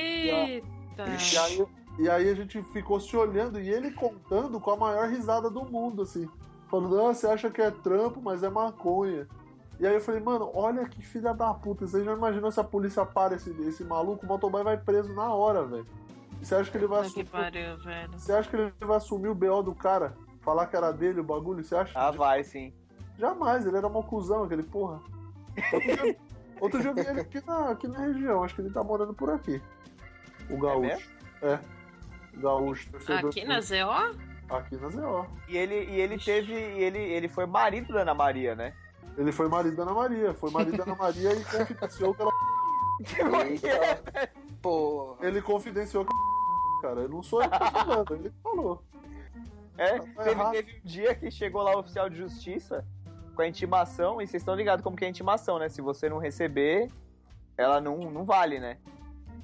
Eita.
E aí, e aí a gente ficou se olhando e ele contando com a maior risada do mundo, assim. Falando, ah, você acha que é trampo, mas é maconha. E aí eu falei, mano, olha que filha da puta. Você já imaginou se a polícia para esse, esse maluco, o motoboy vai preso na hora, velho. E Você acha que ele vai
Puta que
assumir.
pariu, velho.
Você acha que ele vai assumir o BO do cara? Falar que era dele o bagulho? Você acha?
Ah, vai sim.
Jamais, ele era uma cuzão, aquele porra. Outro dia, outro dia eu vi ele aqui na, aqui na região, acho que ele tá morando por aqui. O Gaúcho. É. Gaúcho, torcedor.
Aqui na ZO?
Aqui na ZO.
E ele, e ele teve. E ele, ele foi marido da Ana Maria, né?
Ele foi marido da Ana Maria, foi marido da Ana Maria e confidenciou que ela.
Eita, porra.
Ele confidenciou que ela- é Cara, eu não sou eu que tô falando, ele que falou.
É,
Tá
teve,
errado.
teve um dia que chegou lá o oficial de justiça com a intimação, e vocês estão ligados como que é a intimação, né? Se você não receber, ela não, não vale, né?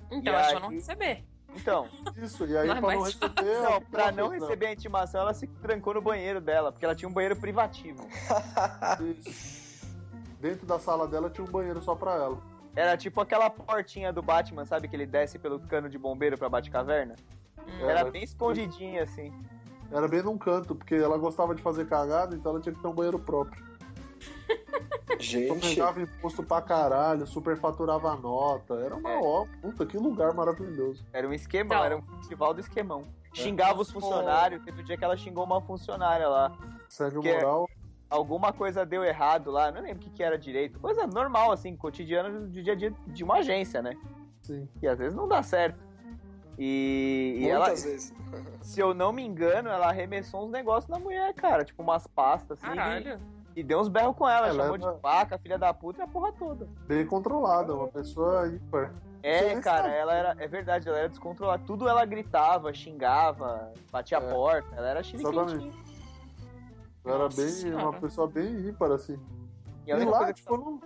Então
E
é só
aí?
não receber.
Então,
Isso, e aí
Mas-
pra não
mas-
receber.
não, pra
ela
não
fez,
receber a intimação, ela se trancou no banheiro dela, porque ela tinha um banheiro privativo.
Isso. Dentro da sala dela tinha um banheiro só pra ela.
Era tipo aquela portinha do Batman, sabe? Que ele desce pelo cano de bombeiro pra Batcaverna. Era
Era,
bem escondidinha, assim.
era bem num canto, porque ela gostava de fazer cagada, então ela tinha que ter um banheiro próprio.
Gente,
Pagava imposto pra caralho, superfaturava a nota. Era uma
É.
ó, puta, que lugar maravilhoso.
Era um esquemão,
Então.
era um festival do esquemão. Xingava os funcionários, teve um dia que ela xingou uma funcionária lá.
Sérgio
Que é-
Moral,
alguma coisa deu errado lá, não lembro o que, que era direito. Coisa normal, assim, cotidiana do dia a dia de uma agência, né?
Sim.
E às vezes não dá certo. E, e ela,
muitas vezes.
se eu não me engano, ela arremessou uns negócios na mulher, cara. Tipo umas pastas, assim. E,
Caralho.
e deu uns berros com ela.
Ela
chamou
era-
de vaca, filha da puta e a porra toda.
bem controlada, uma pessoa ímpar. Você
É,
nem
cara,
sabe.
ela era. É verdade, ela era descontrolada. Tudo ela gritava, xingava,
É.
batia a porta. Ela era chiliquentinha.
Exatamente. Ela era
Nossa
bem,
Senhora.
uma pessoa bem ímpar, assim.
E
E,
a única
lá,
coisa que-
tipo, não-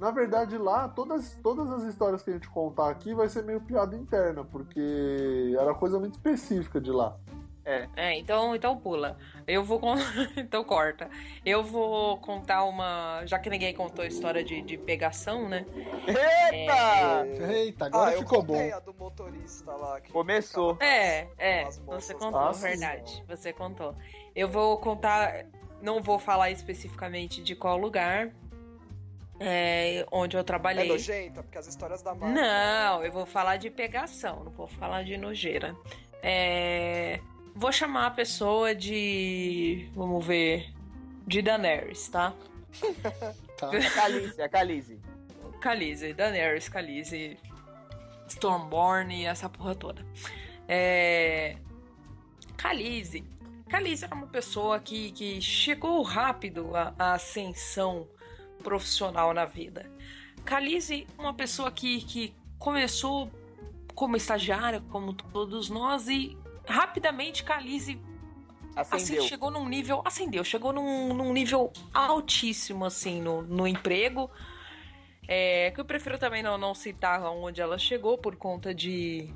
na verdade, lá, todas, todas as histórias que a gente contar aqui vai ser meio piada interna, porque era coisa muito específica de lá.
É, então, então pula. Eu vou. con- então corta. Eu vou contar uma. Já que ninguém contou a história de, de pegação, né?
é,
Eita!
É.
Eita, agora
ah, eu
ficou bom.
contei a do motorista lá. que
Começou.
ficava-
É, é.
As moças
Você contou,
lá, sim.
verdade. Você contou. Eu vou contar. Não vou falar especificamente de qual lugar. é, onde eu
É né?
trabalhei.
nojenta, porque as histórias da Marvel.
Não, eu vou falar de pegação, não vou falar de nojeira. É, Vou chamar a pessoa de. Vamos ver. De Daenerys, tá?
Tá.
A Calice, a Calice.
Khaleesi, Daenerys, Khaleesi, Stormborn e essa porra toda. É... Khaleesi. Khaleesi era uma pessoa que, que chegou rápido à, à ascensão profissional na vida. Khaleesi, uma pessoa que, que começou como estagiária, como todos nós, e rapidamente Khaleesi assim,
Acendeu.
chegou num nível. Acendeu, chegou num, num nível altíssimo, assim, no, no emprego. É, que eu prefiro também não, não citar onde ela chegou por conta de.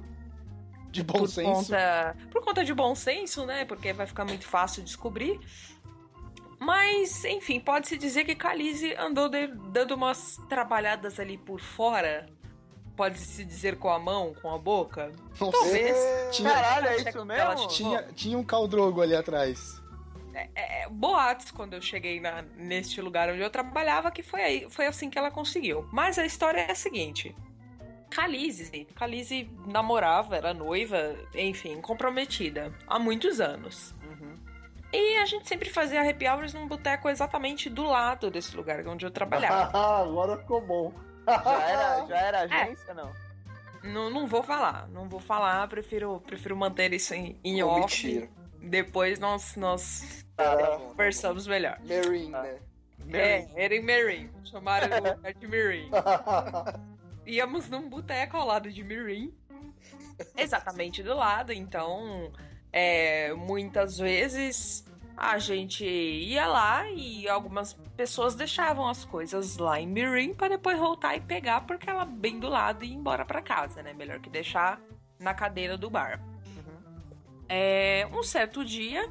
De bom
por
senso.
Conta, por conta de bom senso, né? Porque vai ficar muito fácil descobrir. Mas, enfim, pode-se dizer que Khaleesi andou de- dando umas trabalhadas ali por fora. Pode-se dizer com a mão, com a boca.
Nossa,
Talvez.
tinha,
É, Caralho, é isso
Ela
mesmo?
tinha, tinha um caldrogo ali atrás.
é, boatos quando eu cheguei na- neste lugar onde eu trabalhava, que foi, aí, foi assim que ela conseguiu. Mas a história é a seguinte. Khaleesi, Khaleesi namorava, era noiva, enfim, comprometida há muitos anos. E a gente sempre fazia happy hours num boteco exatamente do lado desse lugar onde eu
Ah.
trabalhava.
Tá.
Agora ficou bom.
Já era, já era agência, não?
não, não vou falar, não vou falar, prefiro, prefiro manter isso em, em
Ou
off.
mentira.
Depois nós, nós
Tá, tá bom.
conversamos melhor.
Marine, né?
É, era em Marin. Chamaram o lugar de Marin.
Ah,
Íamos num boteco ao lado de Mirim. Exatamente do lado, então é, muitas vezes a gente ia lá e algumas pessoas deixavam as coisas lá em Mirim para depois voltar e pegar porque ela bem do lado e ir embora para casa, né? Melhor que deixar na cadeira do bar. É, um certo dia,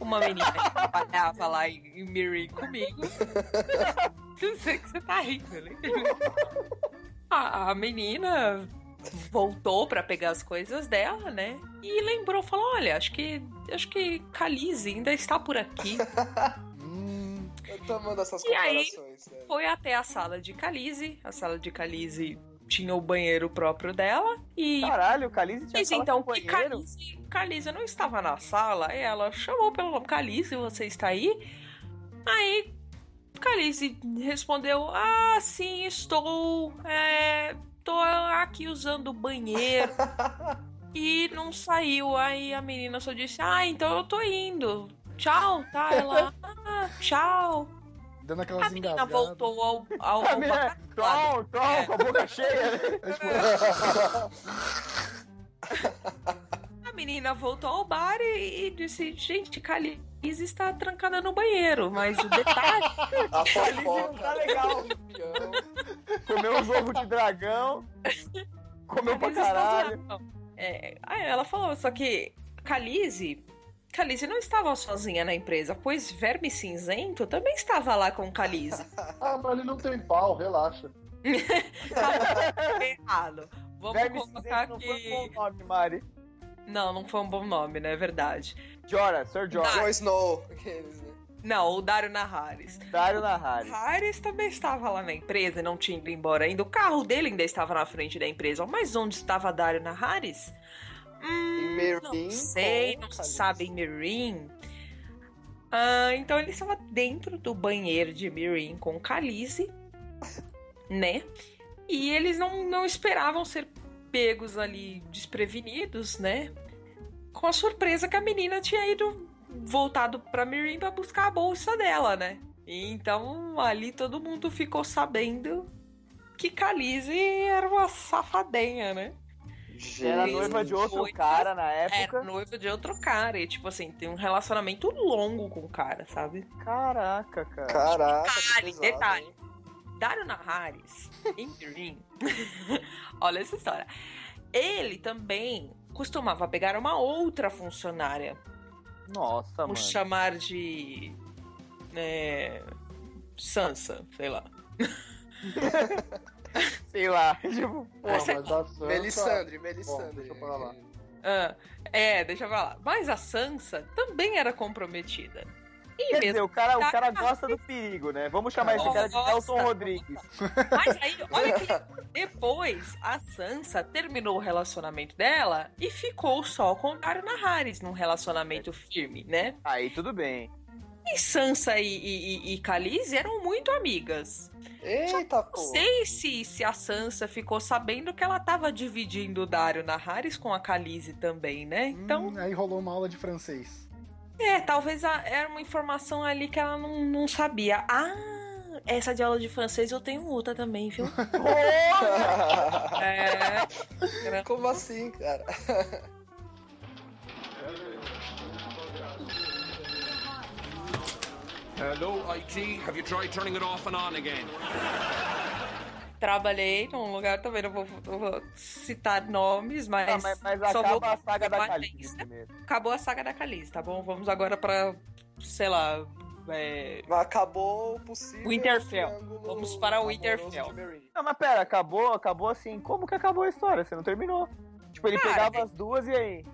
uma menina que trabalhava lá em, em Miri comigo. Não sei que você tá rindo, né? A, a menina voltou pra pegar as coisas dela, né? E lembrou, falou: olha, acho que acho que Calize ainda está por aqui.
Hum,
Eu tô amando essas
E aí?
comparações. né?
Foi até a sala de Calize. A sala de Calize tinha o banheiro próprio dela e
Caralho, o Calize tinha
Mas
sala
então,
com
que
banheiro.
Calize, Calize não estava na sala, e ela chamou pelo nome, Calize, você está aí? Aí, Calize respondeu, ah, sim, estou, é, tô aqui usando o banheiro. e não saiu, aí a menina só disse, ah, então eu tô indo, tchau, tá? Ela, ah, tchau.
dando
A
aquelas
menina
engasgadas.
voltou ao... ao,
A
ao
menina, Tron, Tron, com a boca cheia. né?
É, tipo,
A menina voltou ao bar e, e disse: Gente, Calize está trancada no banheiro, mas o detalhe.
A
Calize não tá
fofoca.
legal.
campeão.
Comeu uns ovos de dragão. Comeu pra
Calize está
caralho.
zoada. É, aí ela falou: Só que Calize. Calize não estava sozinha na empresa, pois Verme Cinzento também estava lá com Calize.
Ah, mas ele não tem pau, relaxa.
Errado. Vamos
Verme
colocar
cinzento não foi um
que.
bom nome, Mari.
Não, não foi um bom nome, não é verdade.
Jora,
Tá.
Sir Jora.
Jon Snow. Aqueles, né?
Não, o Dario Naharis.
Dario Nahari.
Harris também estava lá na empresa e não tinha ido embora ainda. O carro dele ainda estava na frente da empresa. Mas onde estava Dario na Harris? Hum,
Em Merim,
não sei,
com
não se
Calize.
sabe em Mirim. Ah, então ele estava dentro do banheiro de Mirim com Calize, né? E eles não, não esperavam ser pegos ali desprevenidos, né? Com a surpresa que a menina tinha ido voltado pra Mirim pra buscar a bolsa dela, né? E então ali todo mundo ficou sabendo que Calize era uma safadenha, né?
Era
é
Gente,
noiva de outro
Oito. é.
cara na
Era
época.
noiva de outro cara. E, tipo assim, tem um relacionamento longo com o cara, sabe?
Caraca, cara.
Caraca, que
Detalhe,
pesado,
detalhe.
hein?
Dario Naharis, em Dream, olha essa história. Ele também costumava pegar uma outra funcionária.
Nossa, mano.
Vamos chamar de. É, Sansa, sei lá.
Sei lá. Tipo,
Não, mas a Sansa...
Melisandre,
Bom,
Melisandre.
deixa eu falar lá.
Ah, é, deixa pra lá. Mas a Sansa também era comprometida. E
quer
mesmo
dizer, o cara, o
tá-
cara gosta do perigo, né? Vamos chamar esse cara de
Gosta.
Nelson Rodrigues.
Mas aí, olha que depois a Sansa terminou o relacionamento dela e ficou só com o Dario Naharis num relacionamento firme, né?
Aí tudo bem.
E Sansa e, e, e- e Khaleesi eram muito amigas.
Eita,
Não
pô.
sei se, se a Sansa ficou sabendo que ela tava dividindo o Dario Naharis com a Khaleesi também, né? Então,
hum, aí rolou uma aula de francês.
é, talvez a- era uma informação ali que ela não, não sabia. Ah, essa de aula de francês eu tenho outra também, viu? É.
Como assim, cara?
Hello, IT. Have you tried turning it off and on again?
trabalhei num lugar também, não vou, não vou citar nomes, mas,
Ah, mas, mas
só
acaba
vou- né?
a saga da
vou-
Calice primeiro.
Acabou a saga da Khaleesi, tá bom? Vamos agora pra, sei lá, é,
Mas Acabou o possível.
Winterfell.
triângulo
Vamos para o
amoroso
Winterfell.
de Meereen.
Não, mas pera, acabou, acabou assim. Como que acabou a história? Você não terminou. Tipo, ele
Cara,
pegava
é-
as duas e aí.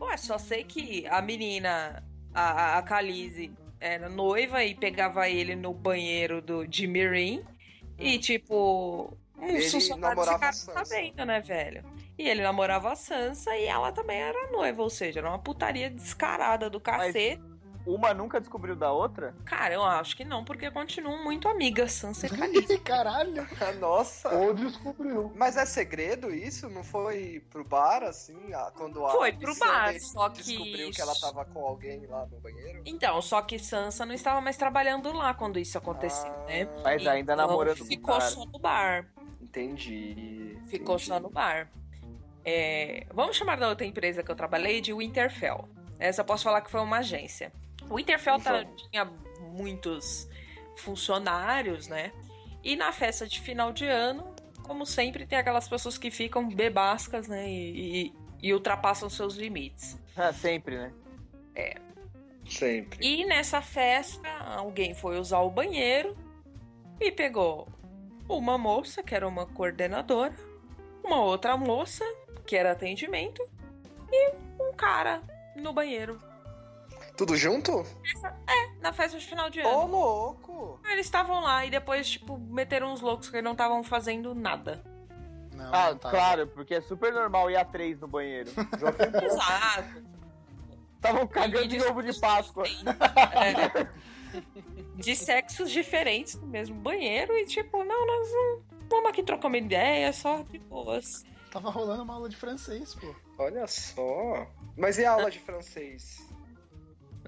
Ué, só sei que a menina, a, a- a Khaleesi, era noiva e pegava ele no banheiro do, de Mirim. E, tipo,
Hum. Ele
os funcionários
namorava
ficaram
a Sansa.
sabendo, né, velho? E ele namorava a Sansa e ela também era noiva, ou seja, era uma putaria descarada do cacete.
Uma nunca descobriu da outra?
Cara, eu acho que não, porque continuam muito amigas, Sansa
Uhum.
e Khaleesi.
Ih, Caralho!
Ah, Nossa.
Ou descobriu.
Mas é segredo isso? Não foi pro bar, assim? Ah, Quando a
Foi pro
Missandei
bar, só que-
Descobriu que ela tava com alguém lá no banheiro?
Então, só que Sansa não estava mais trabalhando lá quando isso aconteceu,
Ah,
né?
Mas ainda
Então,
namorando com o
Ficou
cara.
só no bar.
Entendi.
Ficou
entendi.
só no bar. É, vamos chamar da outra empresa que eu trabalhei de Winterfell. Essa eu posso falar que foi uma agência. O Winterfell tá- tinha muitos funcionários, né? E na festa de final de ano, como sempre, tem aquelas pessoas que ficam bebascas, né? E, e- e ultrapassam seus limites.
Ah, sempre, né?
Sempre.
E nessa festa, alguém foi usar o banheiro e pegou uma moça, que era uma coordenadora, uma outra moça, que era atendimento, e um cara no banheiro.
Tudo junto?
Na festa de final de
Ô,
ano.
louco!
Eles estavam lá e depois, tipo, meteram uns loucos que não estavam fazendo nada.
Não,
Ah,
não tá.
claro, porque é super normal ir a três no banheiro.
Exato.
Estavam cagando de ovo de Páscoa.
É. De sexos diferentes no mesmo banheiro e, tipo, não, nós não. Vamos aqui trocar uma ideia, só de boas.
Tava rolando uma aula de francês, pô.
Olha só. Mas e a aula de francês?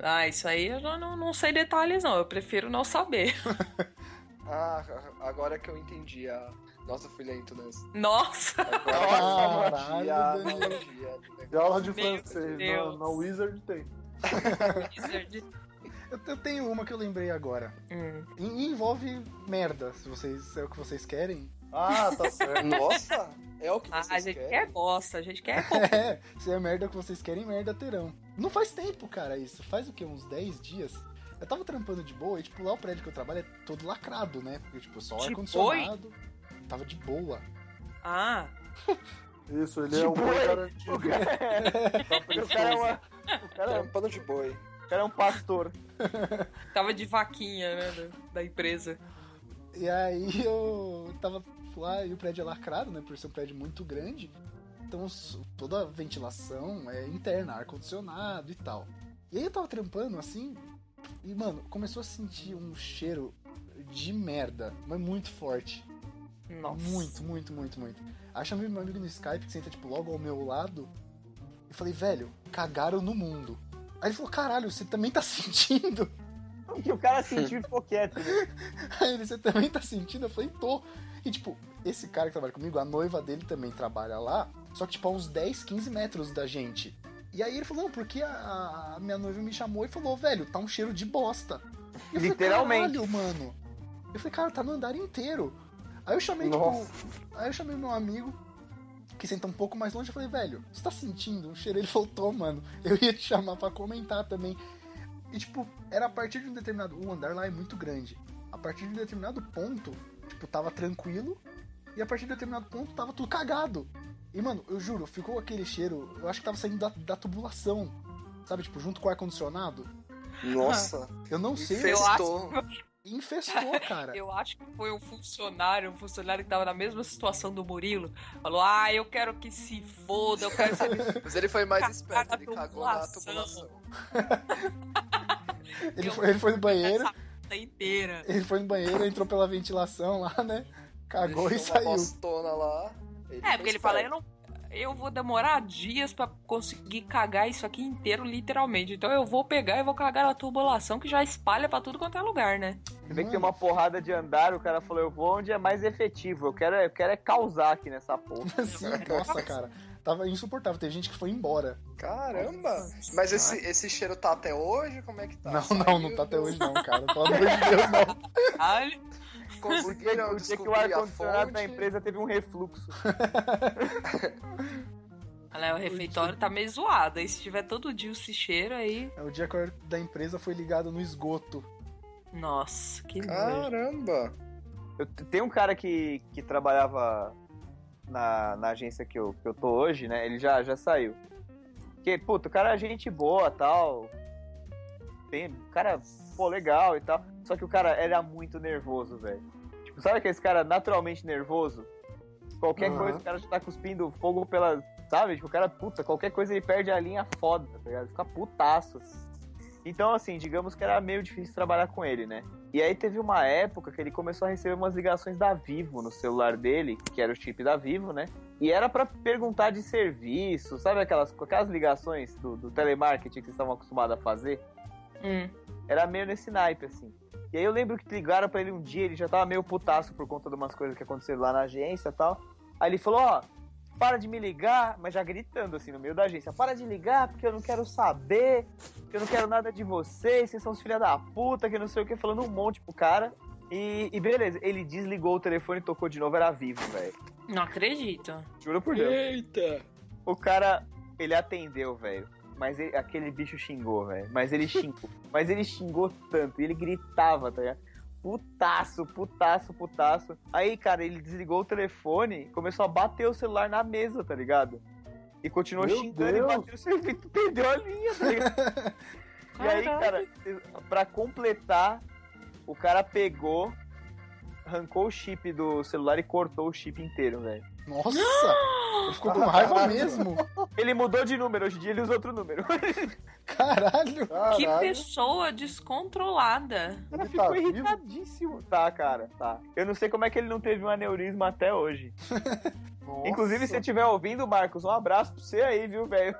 Ah, isso aí eu já não, não sei detalhes, não. Eu prefiro não saber.
Ah, agora que eu entendi a. Nossa, eu fui lento nessa.
Nossa!
Agora
Caralho,
eu entendi
Daniel.
a analogia do negócio.
E aula de
Meu
francês,
Deus.
na, na Wizard tem.
Wizard.
Eu, eu tenho uma que eu lembrei agora.
Hum.
E envolve merda, se vocês se é o que vocês querem.
Ah, tá certo.
Nossa, é o que
Ah, a
vocês
gente
querem?
quer bosta, a gente quer.
É, se é merda que vocês querem, merda terão. Não faz tempo, cara, isso. Faz o quê? Uns 10 dias? Eu tava trampando de boa e, tipo, lá o prédio que eu trabalho é todo lacrado, né? Porque, tipo, só
De
ar-condicionado. Tava de boa.
Ah,
Isso, ele
De
é um
boi.
boi garantido.
O cara é, uma, o cara é um-
Trampando de boi.
o cara é um pastor.
tava de vaquinha, né? Da, da empresa.
E aí eu tava lá e o prédio é lacrado, né? Por ser um prédio muito grande. Então s- toda a ventilação é interna, ar-condicionado e tal. E aí eu tava trampando assim. E, mano, começou a sentir um cheiro de merda, mas muito forte.
Nossa.
Muito, muito, muito, muito. Aí eu chamei meu amigo no Skype, que senta, tipo, logo ao meu lado. E falei, velho, cagaram no mundo. Aí ele falou, caralho, você também tá sentindo?
Que o cara sentiu e ficou quieto. né?
Aí ele, você também tá sentindo? Eu falei, tô. E tipo, esse cara que trabalha comigo, a noiva dele também trabalha lá, só que tipo a uns 10, 15 metros da gente. E aí ele falou, não, porque a, a minha noiva me chamou e falou, velho, tá um cheiro de bosta. E eu falei,
Literalmente.
Caralho, mano. Eu falei, cara, tá no andar inteiro. Aí eu chamei, tipo, aí eu chamei meu amigo, que senta um pouco mais longe, eu falei, velho, você tá sentindo um cheiro? Ele voltou, mano. Eu ia te chamar pra comentar também. E tipo, era a partir de um determinado. O andar lá é muito grande. A partir de um determinado ponto, tipo, tava tranquilo. E a partir de um determinado ponto tava tudo cagado. E, mano, eu juro, ficou aquele cheiro. Eu acho que tava saindo da, da tubulação. Sabe, tipo, junto com o ar-condicionado.
Nossa,
Eu não sei.
Eu
infestou.
Infestou, cara.
Eu acho que foi um funcionário, um funcionário que tava na mesma situação do Murilo. Falou: Ah, eu quero que se foda, eu quero saber.
Mas ele foi mais
Cagar
esperto, ele
na
cagou na
tubulação.
tubulação.
Ele
eu-
foi, ele foi no banheiro.
essa puta inteira.
Ele foi no banheiro, entrou pela ventilação lá, né? Cagou e
Deixou uma
saiu.
bostona lá.
É, porque ele fala, eu não. Eu vou demorar dias pra conseguir cagar isso aqui inteiro, literalmente. Então eu vou pegar e vou cagar na tubulação que já espalha pra tudo quanto é lugar, né?
Você vê que tem uma porrada de andar, o cara falou, eu vou onde é mais efetivo. Eu quero, eu quero é causar aqui nessa porra.
Assim,
É
nossa, cara. Tava insuportável. Teve gente que foi embora.
Caramba! Mas esse, esse cheiro tá até hoje? Como é que tá?
não, não, não tá até hoje, não, cara. Pelo amor de Deus, não.
Caralho.
O dia,
Conseguiram
o dia que o
descobrir a
ar-condicionado
fonte?
da empresa teve um refluxo.
Olha lá, o refeitório tá meio zoado. Aí se tiver todo dia esse cheiro aí.
É o dia que eu- da empresa foi ligado no esgoto.
Nossa,
é
que nojo.
Caramba!
Eu, tem um cara que, que trabalhava na, na agência que eu, que eu tô hoje, né? Ele já, já saiu. Que, puta, o cara é gente boa tal. Tem, o cara, pô, legal e tal. Só que o cara era muito nervoso, velho. Tipo, sabe aquele cara naturalmente nervoso? Qualquer
Aham.
coisa, o cara já tá cuspindo fogo pela. Sabe? Tipo, o cara, puta, qualquer coisa ele perde a linha foda, tá ligado? Fica putaço. Então, assim, digamos que era meio difícil trabalhar com ele, né? E aí teve uma época que ele começou a receber umas ligações da Vivo no celular dele, que era o chip da Vivo, né? E era pra perguntar de serviço, sabe aquelas, aquelas ligações do, do telemarketing que vocês estavam acostumados a fazer?
Hum.
Era meio nesse naipe, assim. E aí eu lembro que ligaram pra ele um dia, ele já tava meio putaço por conta de umas coisas que aconteceram lá na agência e tal. Aí ele falou, ó, para de me ligar, mas já gritando assim no meio da agência, para de ligar porque eu não quero saber, porque eu não quero nada de vocês, vocês são os filha da puta, que não sei o que, falando um monte pro cara. E, e beleza, ele desligou o telefone, tocou de novo, era vivo, velho.
Não acredito.
Juro por Deus.
Eita!
O cara, ele atendeu, velho. Mas ele- aquele bicho xingou, velho. Mas ele xingou. mas ele xingou tanto. E ele gritava, tá ligado? Putaço, putaço, putaço. Aí, cara, ele desligou o telefone, começou a bater o celular na mesa, tá ligado? E continuou
Meu
xingando
Deus.
e bateu o celular. Perdeu a linha, tá ligado? E aí, cara, pra completar, o cara pegou, arrancou o chip do celular e cortou o chip inteiro, velho.
Nossa! Ele ficou com raiva mesmo.
Ele mudou de número, hoje em dia ele usa outro número.
Caralho!
Que
Caralho,
pessoa descontrolada.
cara
Ele tá
ficou
vivo?
irritadíssimo. Tá, cara, tá. Eu não sei como é que ele não teve um aneurisma até hoje.
nossa.
Inclusive, se você estiver ouvindo, Marcos, um abraço pra você aí, viu, velho?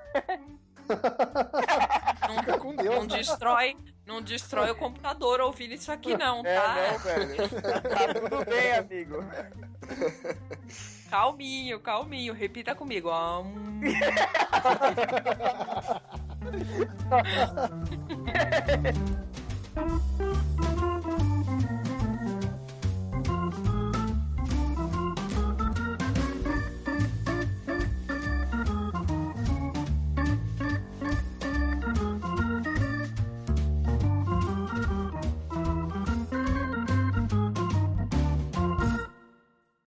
Fica com Deus.
Não destrói, não destrói o computador ouvindo isso aqui, não,
É,
tá?
não, velho. Tá tudo bem, amigo.
Calminho, calminho. Repita comigo. Hum.